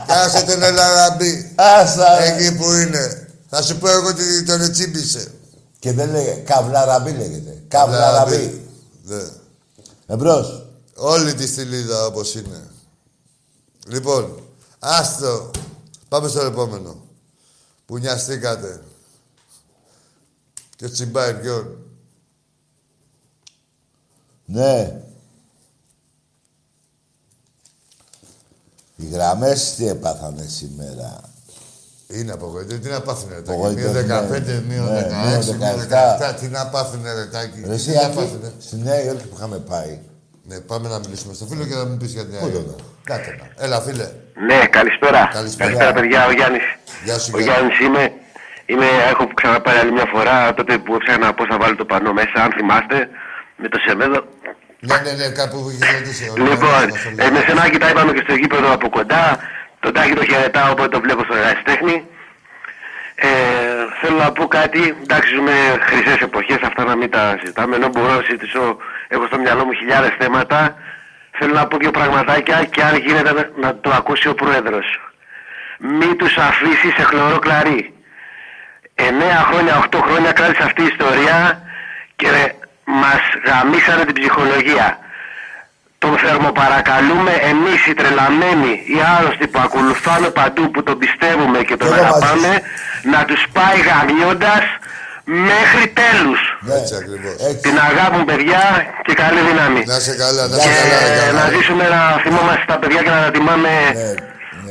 A: Κάσε τον Ελαραμπή.
H: Άσα, ρε.
A: Εκεί που είναι. Θα σου πω εγώ ότι τον ετσίπησε.
H: Και δεν λέγε, καβλαραμπή λέγεται. Ε, Καβλαραμπή.
A: Ναι.
H: Εμπρός.
A: Όλη τη στυλίδα όπως είναι. Λοιπόν, άστο. Πάμε στο επόμενο. Που νοιαστήκατε. Και τσιμπάει ποιον.
H: Ναι. Οι γραμμές τι έπαθανε σήμερα.
A: Είναι απογοητευτικό. Τι να πάθουνε ρε τάκι. Μείον 15,
H: Απογοητευμένοι.
A: μείον
H: Ναι,
A: 16,
H: μείον
A: μείον
H: 17.
A: 17. Τι να πάθουνε ρε τάκι.
H: Ρε
A: Τι
H: εσύ,
A: να
H: Άκη,
A: πάθουνε.
H: στη Νέα Υόρκη που είχαμε πάει.
A: Ναι, πάμε να μιλήσουμε στο φίλο και να μου πεις για την
H: Πού
A: άλλη. Κάτω να. Έλα, φίλε.
B: Ναι, καλησπέρα.
A: Καλησπέρα.
B: παιδιά. Ο Γιάννης.
A: Γεια σου,
B: Ο
A: Γιάννη.
B: Γιάννης είμαι. Είμαι, έχω ξαναπάρει άλλη μια φορά τότε που έψαχνα πώς θα βάλω το πανό μέσα, αν θυμάστε, με το Σεμέδο.
A: Ναι, ναι, ναι, κάπου είχε ρωτήσει. ο
B: Λοιπόν,
A: Λεωνίδας, ο
B: ε, με σενάκι τα είπαμε και στο γήπεδο από κοντά. Τον Τάκη το χαιρετάω όποτε το βλέπω στον ερασιτέχνη. Ε, θέλω να πω κάτι. Εντάξει, ζούμε χρυσές εποχές, αυτά να μην τα συζητάμε. Ενώ μπορώ να συζητήσω, έχω στο μυαλό μου χιλιάδες θέματα. Θέλω να πω δύο πραγματάκια και αν γίνεται να- να το ακούσει ο πρόεδρος. Μη τους αφήσεις σε χλωρό κλαρί. 9 χρόνια, 8 χρόνια κράτησε αυτή η ιστορία και μας γαμίσανε την ψυχολογία. Τον θερμοπαρακαλούμε εμείς οι τρελαμένοι, οι άρρωστοι που ακολουθάμε παντού, που τον πιστεύουμε και τον αγαπάμε, να τους πάει γαμιώντας μέχρι τέλους.
H: Ναι.
A: Έτσι ακριβώς.
B: Την αγάπη μου παιδιά και καλή δύναμη.
A: Να σε καλά, να
B: και
A: σε καλά. ρε,
B: Ε, να
A: καλά.
B: ζήσουμε να θυμόμαστε τα παιδιά και να τα τιμάμε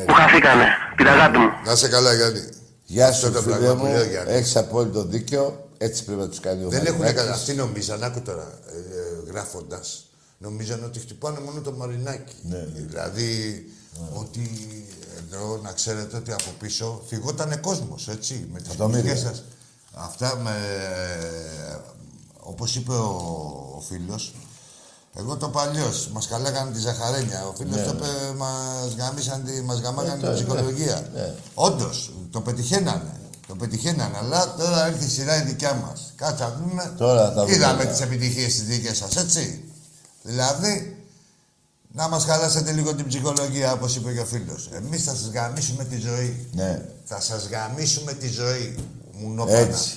B: που χαθήκανε. Την αγάπη μου.
A: Ναι, Να σε καλά, Γιάννη.
H: Γεια
A: Αυτό
H: σου,
A: το
H: φίλε
A: πράγμα που
H: μου.
A: λέω, Γιάννη.
H: Έχεις απόλυτο δίκιο. Έτσι πρέπει να τους κάνει ο
B: Ναι,
A: Δεν έχουν
H: Μαρινάκης.
A: κάνει. Αυτοί νομίζαν, άκου τώρα, ε, ε, γράφοντας, νομίζαν ότι χτυπάνε μόνο το μαρινάκι.
H: Ναι.
A: Δηλαδή, ότι εδώ να ξέρετε ότι από πίσω φυγότανε κόσμος, έτσι, με τις
H: Εκατομμύρια.
A: μουσικέ σας. Αυτά με. Όπως είπε ο, ο φίλος, εγώ το παλιός, μας καλάγανε τη ζαχαρένια. Ο φίλος
H: Ναι,
A: το
H: ναι.
A: είπε, μας γαμάγανε
H: Ε,
A: την
H: το-
A: ψυχολογία.
H: ναι, ναι.
A: Όντως, το πετυχαίνανε. Το πετυχαίνανε, αλλά τώρα έρθει η σειρά η δικιά μας. Κάτσε να δούμε.
H: Τώρα θα δούμε,
A: Είδαμε
H: ναι.
A: τις επιτυχίες της δική σας, έτσι. Δηλαδή, να μας χαλάσετε λίγο την ψυχολογία, όπως είπε και ο φίλος. Εμείς θα σας γαμίσουμε τη ζωή.
H: Ναι.
A: Θα σας γαμίσουμε τη ζωή. Μουνόπανα.
H: Έτσι.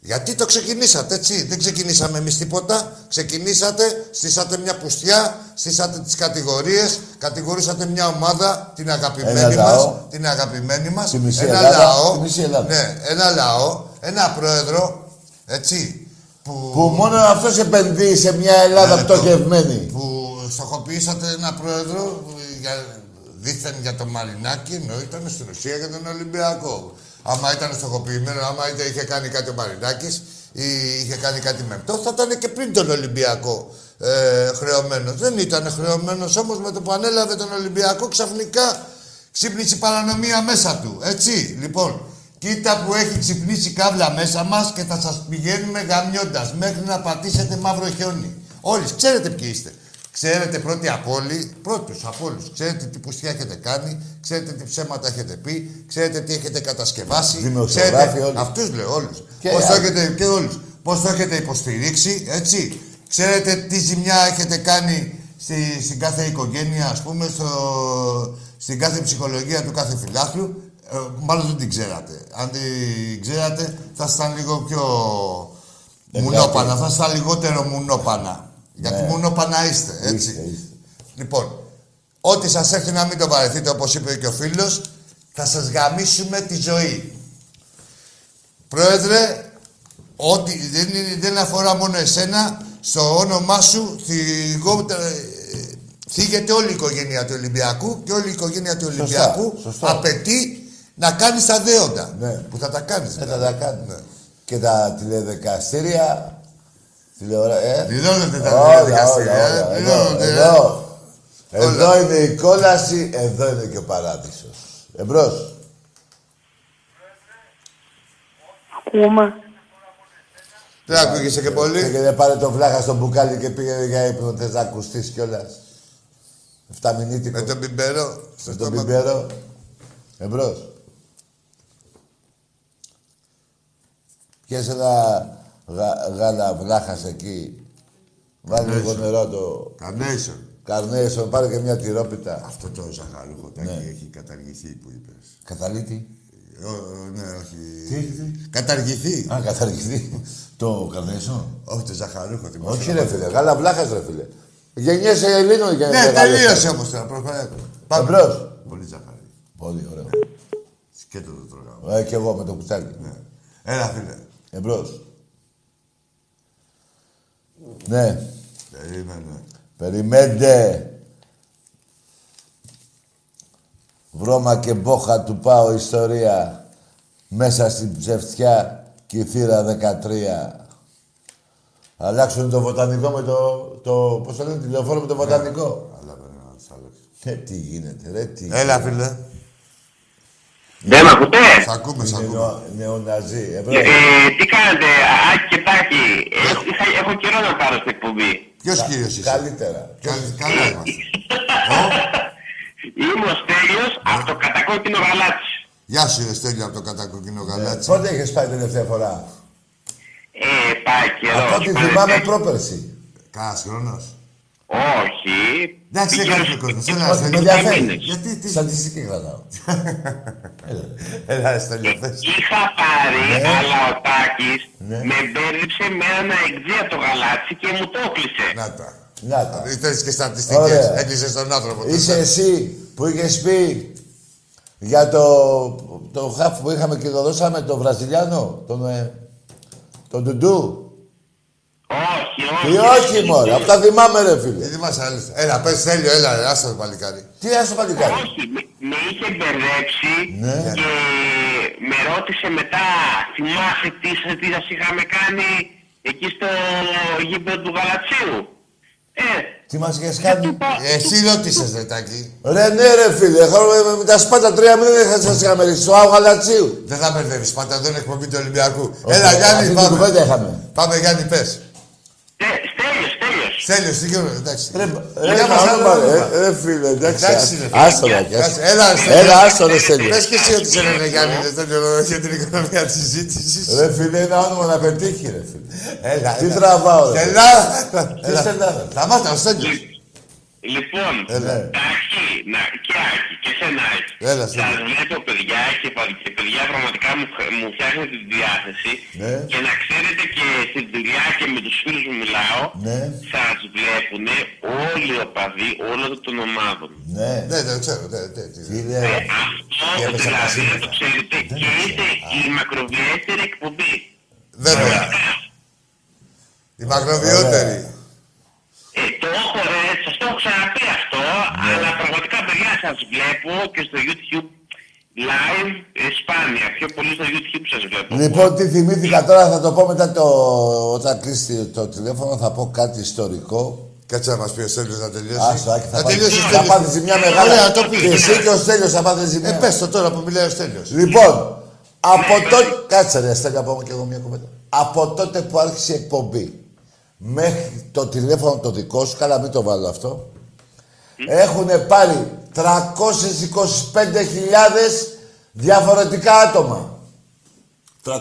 A: Γιατί το ξεκινήσατε, έτσι. Δεν ξεκινήσαμε εμείς τίποτα. Ξεκινήσατε, στήσατε μια πουστιά, στήσατε τις κατηγορίες, κατηγορήσατε μια ομάδα, την αγαπημένη
H: Ένα λαό.
A: μα. Την αγαπημένη μας.
H: Τη μισή
A: Ένα
H: Ελλάδα,
A: λαό.
H: τη μισή Ελλάδα.
A: Ναι, ένα λαό, ένα πρόεδρο, έτσι. Που, Ναι,
H: Που μόνο αυτός επενδύει σε μια Ελλάδα πτωχευμένη.
A: που στοχοποιήσατε ένα πρόεδρο ε, για, δίθεν για τον Μαρινάκη, ενώ ήταν στην ουσία για τον Ολυμπιακό. Άμα ήταν στοχοποιημένο, άμα ήταν, είχε κάνει κάτι ο Μαρινάκης ή είχε κάνει κάτι μεμπτό, θα ήταν και πριν τον Ολυμπιακό ε, χρεωμένος. Δεν ήταν χρεωμένος όμως με το που ανέλαβε τον Ολυμπιακό ξαφνικά ξύπνησε η παρανομία μέσα του. Έτσι, λοιπόν. Κοίτα που έχει ξυπνήσει η καύλα μέσα μας και θα σας πηγαίνουμε γαμιώντας μέχρι να πατήσετε μαύρο χιόνι. Όλοι ξέρετε ποιοι είστε. Ξέρετε πρώτοι από όλοι, πρώτους από όλους. Ξέρετε τι πουστιά έχετε κάνει, ξέρετε τι ψέματα έχετε πει, ξέρετε τι έχετε κατασκευάσει.
H: Δημοσιογράφοι, όλοι.
A: Αυτούς λέω όλους.
H: Και
A: Πώς το
H: άλλοι.
A: έχετε, και όλους. Πώς το έχετε υποστηρίξει, έτσι. Ξέρετε τι ζημιά έχετε κάνει στη, στην κάθε οικογένεια, ας πούμε, στο, στην κάθε ψυχολογία του κάθε φιλάθλου.
H: Ε, μάλλον δεν την ξέρατε. Αν την ξέρατε, θα ήταν λίγο πιο μουνόπανα. Θα ήταν λιγότερο μουνόπανα. Γιατί μουνόπανα είστε, έτσι. Λοιπόν, ό,τι σας έρθει να μην το βαρεθείτε, όπως είπε και ο φίλος, θα σας γαμίσουμε τη ζωή. Πρόεδρε, ό,τι δεν, είναι- δεν αφορά μόνο εσένα, στο όνομά σου θυγό- ε, θίγεται όλη η οικογένεια του Ολυμπιακού και όλη η οικογένεια του Ολυμπιακού απαιτεί να κάνεις τα δέοντα. Που θα τα κάνεις.
A: Ναι.
H: δηλαδή. Ναι.
A: Ε, θα τα κάνουμε. Και τα τηλεδεκαστήρια. Τηλεορα... Ε.
H: Δηλώνονται τα
A: Όλα,
H: τηλεδικαστήρια,
A: όλα,
H: ε.
A: όλα.
H: Δηλώνονται, ε.
A: Εδώ, εδώ. Εδώ είναι η κόλαση, εδώ είναι και ο παράδεισος. Εμπρός.
P: Ακούμε.
H: Δεν ακούγεσαι και πολύ.
A: Και δεν πάρε Ε, το βλάχα στο μπουκάλι και πήγαινε για ύπνο, θες να ακουστείς κιόλας. Εφταμινίτικο.
H: Με τον πιπερό.
A: Με τον πιπέρο. Εμπρός. Πιες ένα γα, γάλα βλάχας εκεί. Βάλει λίγο
H: Carnation.
A: νερό το...
H: Carnation.
A: Καρνέισον, πάρε και μια τυρόπιτα.
H: Αυτό το ζαχαρούχο
A: Ναι.
H: έχει καταργηθεί που είπες.
A: Καταλήτη.
H: Ε, ε, ναι, όχι.
A: Τι έχει?
H: Καταργηθεί.
A: Α, καταργηθεί. το καρνέισον.
H: Όχι, το ζαχαρούχο. θυμάσαι.
A: Όχι ρε φίλε, γάλα βλάχας ρε φίλε. Γενιέσαι Ελλήνων για
H: Ναι, τελείωσε όμως τώρα. προχωράμε. Πάμε.
A: Εμπρός.
H: Πολύ ζαχαρή.
A: Ε, Πολύ ωραίο.
H: Σκέτο το τρώγαμε.
A: Ε, κι εγώ με το Ε, κουτάλι.
H: Έλα, φίλε.
A: Εμπρός. Ναι.
H: Περίμενε.
A: Περιμέντε. Βρώμα και μπόχα του πάω ιστορία. Μέσα στην ψευτιά και η θύρα 13. Αλλάξουν το βοτανικό με το... το πώς το λένε, τηλεφόρο με το βοτανικό.
H: Αλλά πρέπει να τις αλλάξω.
A: Ε, τι γίνεται, ρε, τι
H: Έλα, φίλε.
B: Δεν μ' ακούτε.
H: Σ' ακούμε, σ' ακούμε.
A: Νεοναζί. Ε,
B: Ε,
A: πρέπει-
B: ε, τι κάνετε, Άκη και Τάκη. Ε, είχα- έχω καιρό να πάρω στην εκπομπή.
H: Ποιος κύριος είσαι.
A: Καλύτερα.
H: Κα- Καλά
A: [LAUGHS]
H: είμαστε.
B: Είμαι ο Στέλιος από το κατακόκκινο γαλάτσι.
H: Ναι. Γεια σου, ρε Στέλιο, από το κατακοκκινό γαλάτσι.
A: Ναι. Πότε έχεις πάει τελευταία φορά.
B: Ε, πάει καιρό.
A: Από ό,τι θυμάμαι πρόπερση.
H: Κανάς χρόνος.
B: Όχι.
H: Εντάξει,
B: Πήγα-
H: έκανε κόσμο. Έλα,
A: Όχι, με
H: Στέλιο.
A: ενδιαφέρει.
H: Γιατί, τι...
A: Στατιστική κρατάω.
H: [LAUGHS] Έλα, ρε Στέλιο, θες.
B: Είχα πάρει, αλλά ο Τάκης με μπέρδεψε με ένα εκτζή από το γαλάτσι και μου το έκλεισε.
H: Να τα.
A: Να τα.
H: Θες και στατιστικές.
A: Ωραία.
H: Έκλεισες τον άνθρωπο. το
A: Είσαι
H: Στέλιο.
A: εσύ που είχες πει για το, το χαφ που είχαμε και το δώσαμε, τον Βραζιλιάνο, τον, ε, τον Ντουντού.
B: Όχι,
A: Τι όχι μόνο, αυτά θυμάμαι ρε φίλε.
H: Δεν θυμάσαι άλλες. Έλα, πες Στέλιο, έλα, ρε, άστα το παλικάρι.
A: Τι να σου παλικάρι.
B: Όχι, με, με είχε μπερδέψει
A: Ναι.
B: και με ρώτησε μετά, θυμάσαι τι, σε- τι σας είχαμε κάνει εκεί στο γήπεδο του γαλατσίου. Ε,
A: Τι μας είχες κάνει.
H: Εσύ ρώτησες, ρε Τάκη.
A: Ρε ναι ρε φίλε, εγώ με, με τα σπάτα τρία μήνες είχα σας είχαμε ρίξει, στο Άγου Γαλατσίου.
H: Δεν θα μπερδεύεις πάντα, εδώ είναι εκπομπή του Ολυμπιακού. Έλα, Γιάννη,
A: πάμε.
H: πάμε.
A: ε, κουβέντα είχαμε.
H: Πάμε, Γιάννη, πες.
B: ε, Στέλιος, Στέλιος.
H: Στέλιος, τι γίνεται, εντάξει.
A: Ρε, ρε,
H: Για μας,
A: Ε, καλά,
H: άλλο
A: ρε,
H: όνομα.
A: ρε, φίλε, εντάξει.
H: Εντάξει, ρε, φίλε.
A: Άστο ρε, κι άστο.
H: Έλα, Στέλιο.
A: Έλα, άστο ρε, Στέλιο.
H: Πες και εσύ ότι σε λένε Γιάννη, δεν θέλω για την οικονομία της συζήτησης.
A: Ρε φίλε, ένα όνομα να πετύχει ρε φίλε.
H: Έλα,
A: Τι
H: έλα.
A: τραβάω ρε.
H: Έλα,
A: Τι στενά.
H: Σταμάτα, ο Στέλιος.
B: Λοιπόν, Τάκη, να, και Άκη, και σένα Άκη.
H: Έλα, σε
B: Σας βλέπω παιδιά και, πα- και παιδιά πραγματικά μου, χ- μου φτιάχνετε τη διάθεση
A: Ναι.
B: και να ξέρετε και στη δουλειά και με τους φίλους μου μιλάω
A: Ναι,
B: σας βλέπουν όλοι οι οπαδοί όλων των ομάδων.
A: ναι.
H: Ναι, δεν ξέρω, ναι, ναι, τι-
A: Φίλε,
B: Ε, Αυτό
A: έπεσα
B: δηλαδή
A: μαζί
B: να το ξέρετε και είστε η μακροβιέστερη εκπομπή.
H: Βέβαια. Η μακροβιότερη.
B: Ε, το έχω ρε, σας το έχω ξαναπεί αυτό, αλλά πραγματικά παιδιά σας βλέπω και στο YouTube live ε, σπάνια. Πιο πολύ στο YouTube σας βλέπω.
A: Λοιπόν, τι θυμήθηκα τώρα, θα το πω μετά το... όταν κλείσει το τηλέφωνο, θα πω κάτι ιστορικό.
H: Κάτσε να μας πει ο Στέλιος να τελειώσει.
A: Άστο, Άκη,
H: Να
A: θα, πάθει-
H: τελειώσει ο
A: θα
H: Στέλιος.
A: πάθει ζημιά μεγάλη.
H: Ωραία, το πεις.
A: Και εσύ και ο Στέλιος θα πάθει ζημιά.
H: Ε, πες το τώρα που μιλάει ο Στέλιος.
A: Λοιπόν, από τότε... Κάτσε ρε, Στέλιο, να πω και εγώ μια κουβέντα. Από τότε που άρχισε η εκπομπή, μέχρι το τηλέφωνο το δικό σου, καλά μην το βάλω αυτό, έχουν πάρει 325.000 διαφορετικά άτομα. 325.000,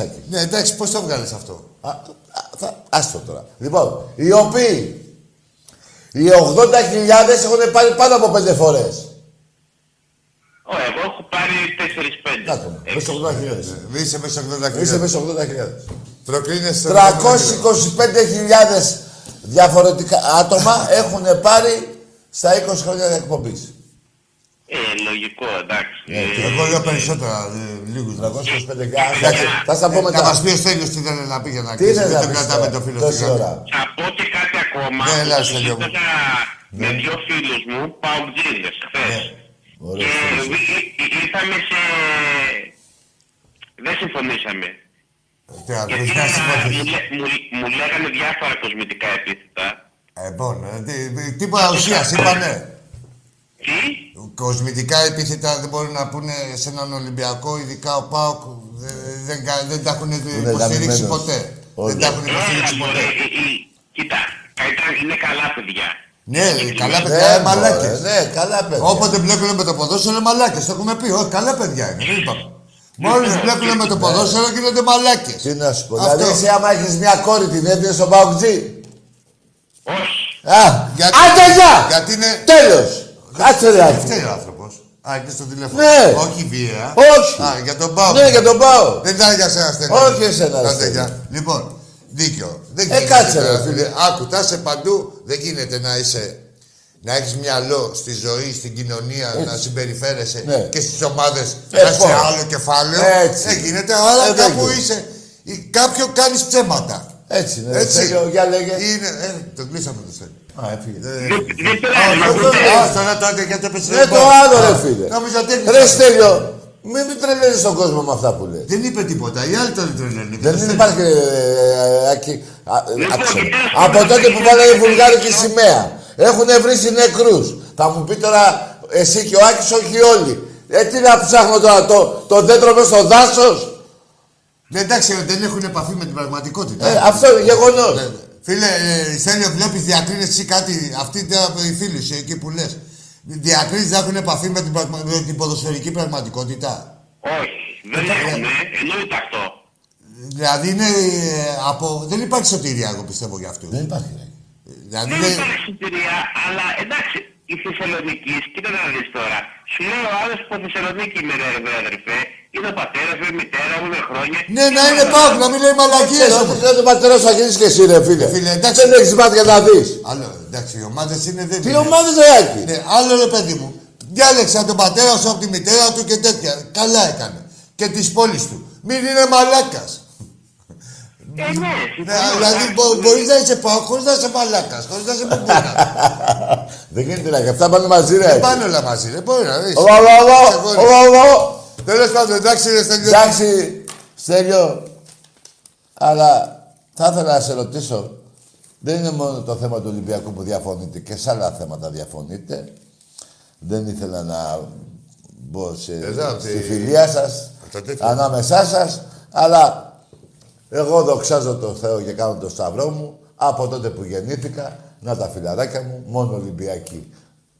A: Άκη.
H: Ναι, εντάξει, πώς το βγάλες αυτό.
A: Α, α, θα- Άστο τώρα. Λοιπόν, οι οποίοι οι 80.000 έχουν πάρει πάνω από 5 φορέ.
E: Ωραία, εγώ έχω πάρει 4-5.
A: Κάτω. Μέσα 80.000.
B: Είσαι μέσα 80.000.
A: Είσαι μέσα 80.000.
B: Προκλίνεσαι.
A: 325.000 διαφορετικά άτομα έχουν πάρει στα 20 χρόνια εκπομπής.
E: Ε, λογικό, εντάξει.
B: Εγώ λέω περισσότερα, ε, δηλαδή. λίγου.
A: 325.000. Εντάξει, Θα στα πω μετά.
B: Να μα ε, πει ο Στέλιος τι θέλει να πει για να
A: Τι
B: κλείσει.
A: είναι
B: Δεν
A: να
B: το
A: πεις
B: κρατάμε
A: τώρα,
B: το φίλο
A: τόση
B: στην κάτω.
A: ώρα.
E: Θα πω και κάτι ακόμα.
B: Ναι, έλα,
E: που
B: Στέλιο μου.
E: συζήταγα με δύο φίλους μου, παουτζίδες, χθες.
A: Ωραία.
E: Και ή- ή- ήρθαμε σε... Δεν συμφωνήσαμε.
B: Τι άλλο,
E: Γιατί
B: τι να
E: α,
B: συμφωνείς.
E: Ε, μου, λέ- μου- μου λέγανε διάφορα κοσμητικά επίθετα.
B: Ε, Λοιπόν, ε, τι- τίποτα ουσίας είπανε.
E: Τι?
B: Κοσμητικά επίθετα δεν μπορούν να πούνε σε έναν Ολυμπιακό, ειδικά ο Πάοκ. δε- Δεν, κα- δεν τα έχουν υποστηρίξει
A: γαμημένος.
B: ποτέ.
A: Όχι.
B: Δεν τα έχουν υποστηρίξει
E: Μωρέ,
B: ποτέ.
E: ε, ε, Κοίτα, ήταν- είναι καλά παιδιά.
B: Ναι, καλά παιδιά,
A: Ναι,
B: ε, μαλάκες.
A: μωρέ, Ναι, καλά παιδιά.
B: Όποτε μπλέκουν με το ποδόσφαιρο, μαλάκες. Το έχουμε πει. Όχι, καλά παιδιά είναι. Δεν είπαμε. Μόλι μπλέκουν με το ποδόσφαιρο, γίνονται μαλάκες.
A: Τι να σου πω.
B: Αυτό.
A: Δηλαδή, εσύ άμα έχεις μια κόρη, την έδινε στον Παοκτζή.
E: Όχι.
A: Α,
B: Γιατί-
A: άντε γεια!
B: Γιατί είναι.
A: Τέλος. Κάτσε ρε
B: Δεν
A: άνθρωπο.
B: φταίει ο άνθρωπος. Α, και στο τηλέφωνο.
A: Ναι.
B: Όχι βία.
A: Όχι.
B: Α, για τον Πάο.
A: Ναι, για τον Πάο.
B: Δεν ήταν για σένα στέλνει.
A: Όχι εσένα, Στέλιο.
B: Λοιπόν, δίκιο. Δεν
A: Ε, κάτσε,
B: τώρα,
A: ρε,
B: φίλε. Άκου, τα είσαι παντού. Δεν γίνεται να είσαι. Να έχεις μυαλό στη ζωή, στην κοινωνία, να συμπεριφέρεσαι
A: Ναι.
B: και στις ομάδες
A: Ε,
B: να είσαι
A: πώς.
B: άλλο κεφάλαιο.
A: Έτσι.
B: Δεν γίνεται, αλλά
A: Ε, δεν
B: κάπου
A: γίνεται.
B: είσαι. Ή Κάποιο κάνεις ψέματα.
A: Έτσι, ναι.
B: Έτσι.
A: Στέλιο, για λέγε.
B: Είναι. Ε, τον κλείσαμε το στέλνει.
A: Α,
B: Ε,
A: έφυγε.
E: Δεν πειράζει, μα
A: αυτό-
E: δεν-
A: Α,
B: Α, τώρα το άντε και το έπεσε.
A: Ναι, το άλλο ρε φίλε.
B: Νόμιζα
A: Ρε
B: τέλειωσε.
A: Στέλιο, μην μην τρελαίνεις τον κόσμο με αυτά που λέει.
B: Δεν είπε τίποτα. Οι άλλοι τον τρελαίνουν.
A: Δεν είναι υπάρχει. ε, ε, Άκη, α, ε,
E: Λοιπόν,
A: άκουσε με.
E: κοιτάξτε,
A: Από
E: μετά
A: τότε
E: πήγε
A: που βάλανε
E: ένα
A: βουλγάρικη
E: τέτοιο.
A: σημαία. Έχουν βρει νεκρούς. Θα μου πει τώρα εσύ και ο Άκης, όχι όλοι. Ε, τι να ψάχνω τώρα, το, το δέντρο μέσα στο δάσος.
B: Ναι, εντάξει, δεν έχουν επαφή με την πραγματικότητα.
A: Ε, αυτό είναι γεγονός.
B: Ναι, ναι. Φίλε, ε, Στέλιο, βλέπεις, διακρίνεις εσύ κάτι. Αυτή τα- οι φίλοι σου εκεί που λες. Διακρίνεις να έχουν επαφή με την, πραγμα- με την ποδοσφαιρική πραγματικότητα.
E: Όχι,
B: Ε,
E: δεν έχουμε, εννοείται αυτό.
B: Δηλαδή είναι ε, από. Δεν υπάρχει σωτηρία, εγώ πιστεύω για αυτούς.
A: Δεν υπάρχει. ρε.
B: Δηλαδή
E: Δεν
B: δεν-
E: υπάρχει συντηρία, αλλά εντάξει, η Θεσσαλονίκη, κοίτα να δεις τώρα. Σου λέει ο άλλος που Θεσσαλονίκη είμαι, ρε ρε, αδερφέ, είναι ο πατέρας μου, η μητέρα μου, με χρόνια.
B: Ναι, να είναι πάγκο, να μην λέει μαλακίες.
A: Ξέρω, ότι δεν τον πατέρα σου θα γίνεις και εσύ, ρε φίλε.
B: φίλε, εντάξει.
A: δεν έχεις μάτια να δεις.
B: Άλλο, εντάξει, οι ομάδες είναι δεν
A: Τι
B: είναι.
A: ομάδες ρε Άκη.
B: Ναι, άλλο ρε παιδί μου. Διάλεξε από τον πατέρα σου, από τη μητέρα του και τέτοια. Καλά έκανε. Και τη πόλη του. Μην είναι μαλάκας.
E: Ε, ναι,
B: Ναι,
E: συμφωνώ,
B: δηλαδή
E: εντάξει.
B: μπο, μπορείς να είσαι πάω χωρίς να είσαι μαλάκας, χωρίς να είσαι μπουμπούνα.
A: Δεν γίνεται να και αυτά πάνε μαζί ρε. Άκη.
B: Πάνε όλα μαζί, δεν μπορεί να δεις.
A: Ω, ω, ω, ω, ω, ω.
B: Τέλος πάντων, εντάξει, ρε Στέλιο.
A: Εντάξει, Στέλιο, αλλά θα ήθελα να σε ρωτήσω, δεν είναι μόνο το θέμα του Ολυμπιακού που διαφωνείτε και σε άλλα θέματα διαφωνείτε. Δεν ήθελα να μπω σε,
B: Εδώ,
A: στη
B: τη-
A: φιλία σας,
B: τα τέτοια.
A: ανάμεσά σας, αλλά εγώ δοξάζω το Θεό και κάνω το σταυρό μου από τότε που γεννήθηκα, να τα φιλαράκια μου, μόνο Ολυμπιακοί.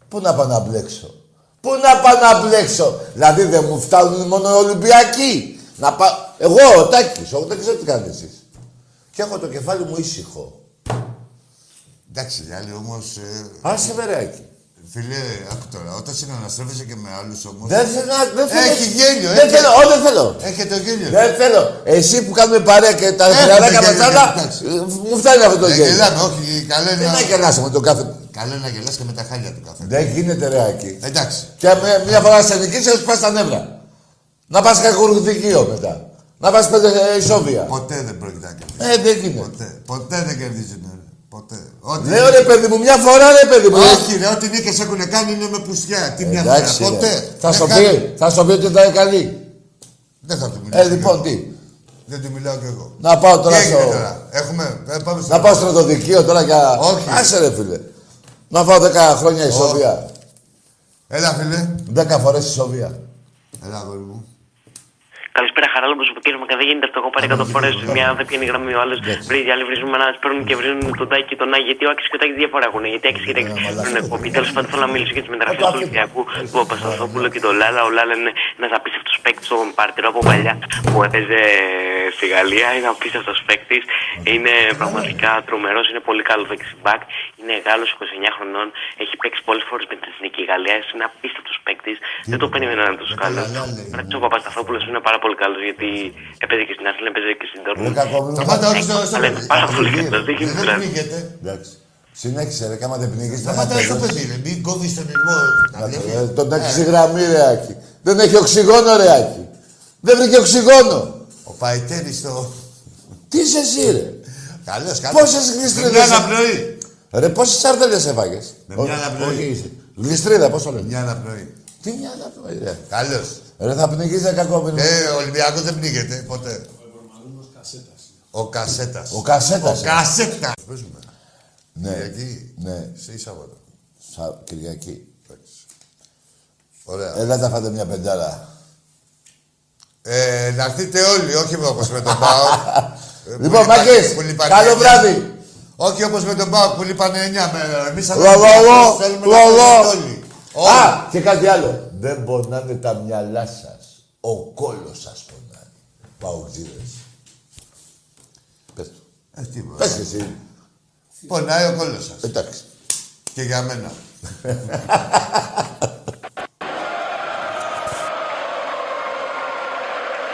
A: Πού να πάω να μπλέξω. Πού να πάω να μπλέξω. Δηλαδή δεν μου φτάνουν μόνο οι Ολυμπιακοί. Να πα... Εγώ ο Τάκης, εγώ δεν ξέρω τι κάνετε εσείς. Και έχω το κεφάλι μου ήσυχο. δηλαδή
B: Εντάξει, οι άλλοι όμως. Ε,
A: Άσε με ρε, Άκη.
B: φίλε, άκου τώρα, όταν συναναστρέφεσαι και με άλλους όμως.
A: Δεν θέλω να... Δεν θέλω...
B: Έχει γέλιο,
A: Δεν
B: έχει.
A: θέλω, ό, δεν θέλω.
B: Έχετε γέλιο.
A: Δεν Ε, θέλω. Εσύ που κάνουμε παρέα και τα
B: Έχουμε
A: φιλαράκια
B: γέλιο,
A: μας άλλα,
B: εντάξει.
A: ε, μου φτάνει αυτό το
B: Δεν
A: γέλιο.
B: γελάμε, όχι, καλό είναι
A: Δεν
B: να-
A: να γελάσουμε τον κάθε...
B: Καλό είναι να γελάς και με τα χάλια του καθένα.
A: Δεν γίνεται ρε, Άκη.
B: Εντάξει.
A: Και μια, μια φορά σε νικήσεις, σου πα τα νεύρα. Να πας κακουργικείο μετά. Να πας πέντε ε, ισόβια.
B: Ποτέ δεν πρόκειται να κερδίσεις.
A: Ε, δεν γίνεται.
B: Ποτέ. Ποτέ δεν κερδίζουν. ρε. Ποτέ. Ό,τι
A: Λέω ρε παιδί μου, μια φορά ρε παιδί μου.
B: Όχι, ρε, ό,τι νίκες έχουν κάνει είναι με πουστιά. Τι μια φορά.
A: Εντάξει, ρε.
B: Ποτέ.
A: Θα
B: Δεν
A: σου
B: κάνει.
A: πει, θα σου πει ότι ήταν καλή.
B: Δεν θα του μιλάω.
A: Ε, λοιπόν, τι.
B: Δεν του μιλάω κι εγώ.
A: Να πάω
B: Τι
A: τώρα
B: έγινε
A: στο...
B: τώρα. Έχουμε. Ε, πάμε στο.
A: Να πάω στο δικείο τώρα για...
B: Όχι.
A: Άσε ρε φίλε. Να φάω 10 χρόνια ισόβια.
B: Έλα, φίλε.
A: 10 φορές ισόβια.
B: Έλα, αγόρι μου.
O: Καλησπέρα, χαράλαμπο μου κύριε Μακά. Δεν γίνεται αυτό. Έχω πάρει 100 φορέ μια δεν πιάνει γραμμή. Ο άλλος βρίζει, άλλοι βρίζουν ένα, παίρνουν και βρίζουν τον Τάκη και τον Άγιο. Γιατί ο Άκης και ο Τάκης διαφορά έχουν. Γιατί Άκη
A: Ναι,
O: και ο Τάκης δεν εκπομπή. Τέλο πάντων, θέλω να μιλήσω για τις
A: Ε,
O: μεταγραφέ του Ολυμπιακού που ο Πασταθόπουλο και τον Λάλα. Ο Λάλα είναι ένας απίστευτος παίκτης στον Πάρτυρο από παλιά που έπαιζε
E: Ε, στη Γαλλία. Είναι απίστευτος παίκτης. Είναι πραγματικά τρομερός. Είναι πολύ καλός δεξιμπάκ. Είναι Γάλλος 29 χρονών. Έχει παίξει πολλές φορές με την εθνική Γαλλία. Είναι απίστευτος παίκτης. Δεν το περίμενα να είναι τόσο καλό. Πρέπει ο Παπασταθόπουλος είναι πάρα πολύ καλός γιατί έπαιζε και στην Αθήνα, έπαιζε και στην
B: Ε,
E: Τόρνη.
A: Θα πάτε όλοι στο- στο
E: Αλλά είναι πάρα πολύ καλό. Δεν
B: Δεν
E: γίνεται να-
B: πνίγεται.
A: Εντάξει. Συνέχισε, ρε, κάμα δεν πνίγεις.
B: Θα
A: να
B: πάτε στο
A: αναπνέεις.
B: παιδί, ρε. Μην κόβεις τον υλμό.
A: Να το- ε, Τον έχει γραμμή, ρε Άκη. Δεν έχει οξυγόνο, ρε Άκη. Δεν βρήκε οξυγόνο.
B: Ο Παϊτέρης το.
A: Τι είσαι εσύ, ρε.
B: Καλώ, καλώ.
A: Πόσες γλιστρίδες.
B: Μια αναπνοή.
A: Ρε, πόσες άρδελες έφαγες.
B: Με μια
A: Ό-
B: αναπνοή.
A: όχι, Γλιστρίδα, πώς το λένε.
B: Μια αναπνοή.
A: Τι μια αναπνοή, ρε.
B: Καλώ.
A: Ρε, θα πνιγείς ένα κακό πνιγμό.
B: Ε, ο Ολυμπιακός δεν πνίγεται ποτέ. Ο Κασέτας.
A: Ο Κασέτας.
B: Ο Κασέτας. Παίζουμε.
A: Ναι.
B: Κυριακή.
A: Ναι.
B: Σε ή Σάββατο.
A: Σα- Κυριακή.
B: Ωραία.
A: Έλα, τα φάτε μια πεντάρα.
B: Ε, να έρθετε όλοι, όχι όπως με τον Πάο.
A: [LAUGHS]
B: Ε,
A: Λοιπόν, Μάκης, καλό βράδυ.
B: Όχι όπως με τον Πάο που λείπανε 9 μέρα. Εμείς
A: Λο, λο, λο,
B: θέλουμε
A: λο,
B: να
A: λο.
B: είμαστε όλοι.
A: Α, και κάτι άλλο. Δεν πονάνε τα μυαλά σας. Ο κόλος σας πονάει. Παουτζίδες. Πες το.
B: Ε, τι μπορεί.
A: Πες και εσύ.
B: Πονάει ο κόλλος σας.
A: Εντάξει.
B: Και για μένα.
A: [LAUGHS]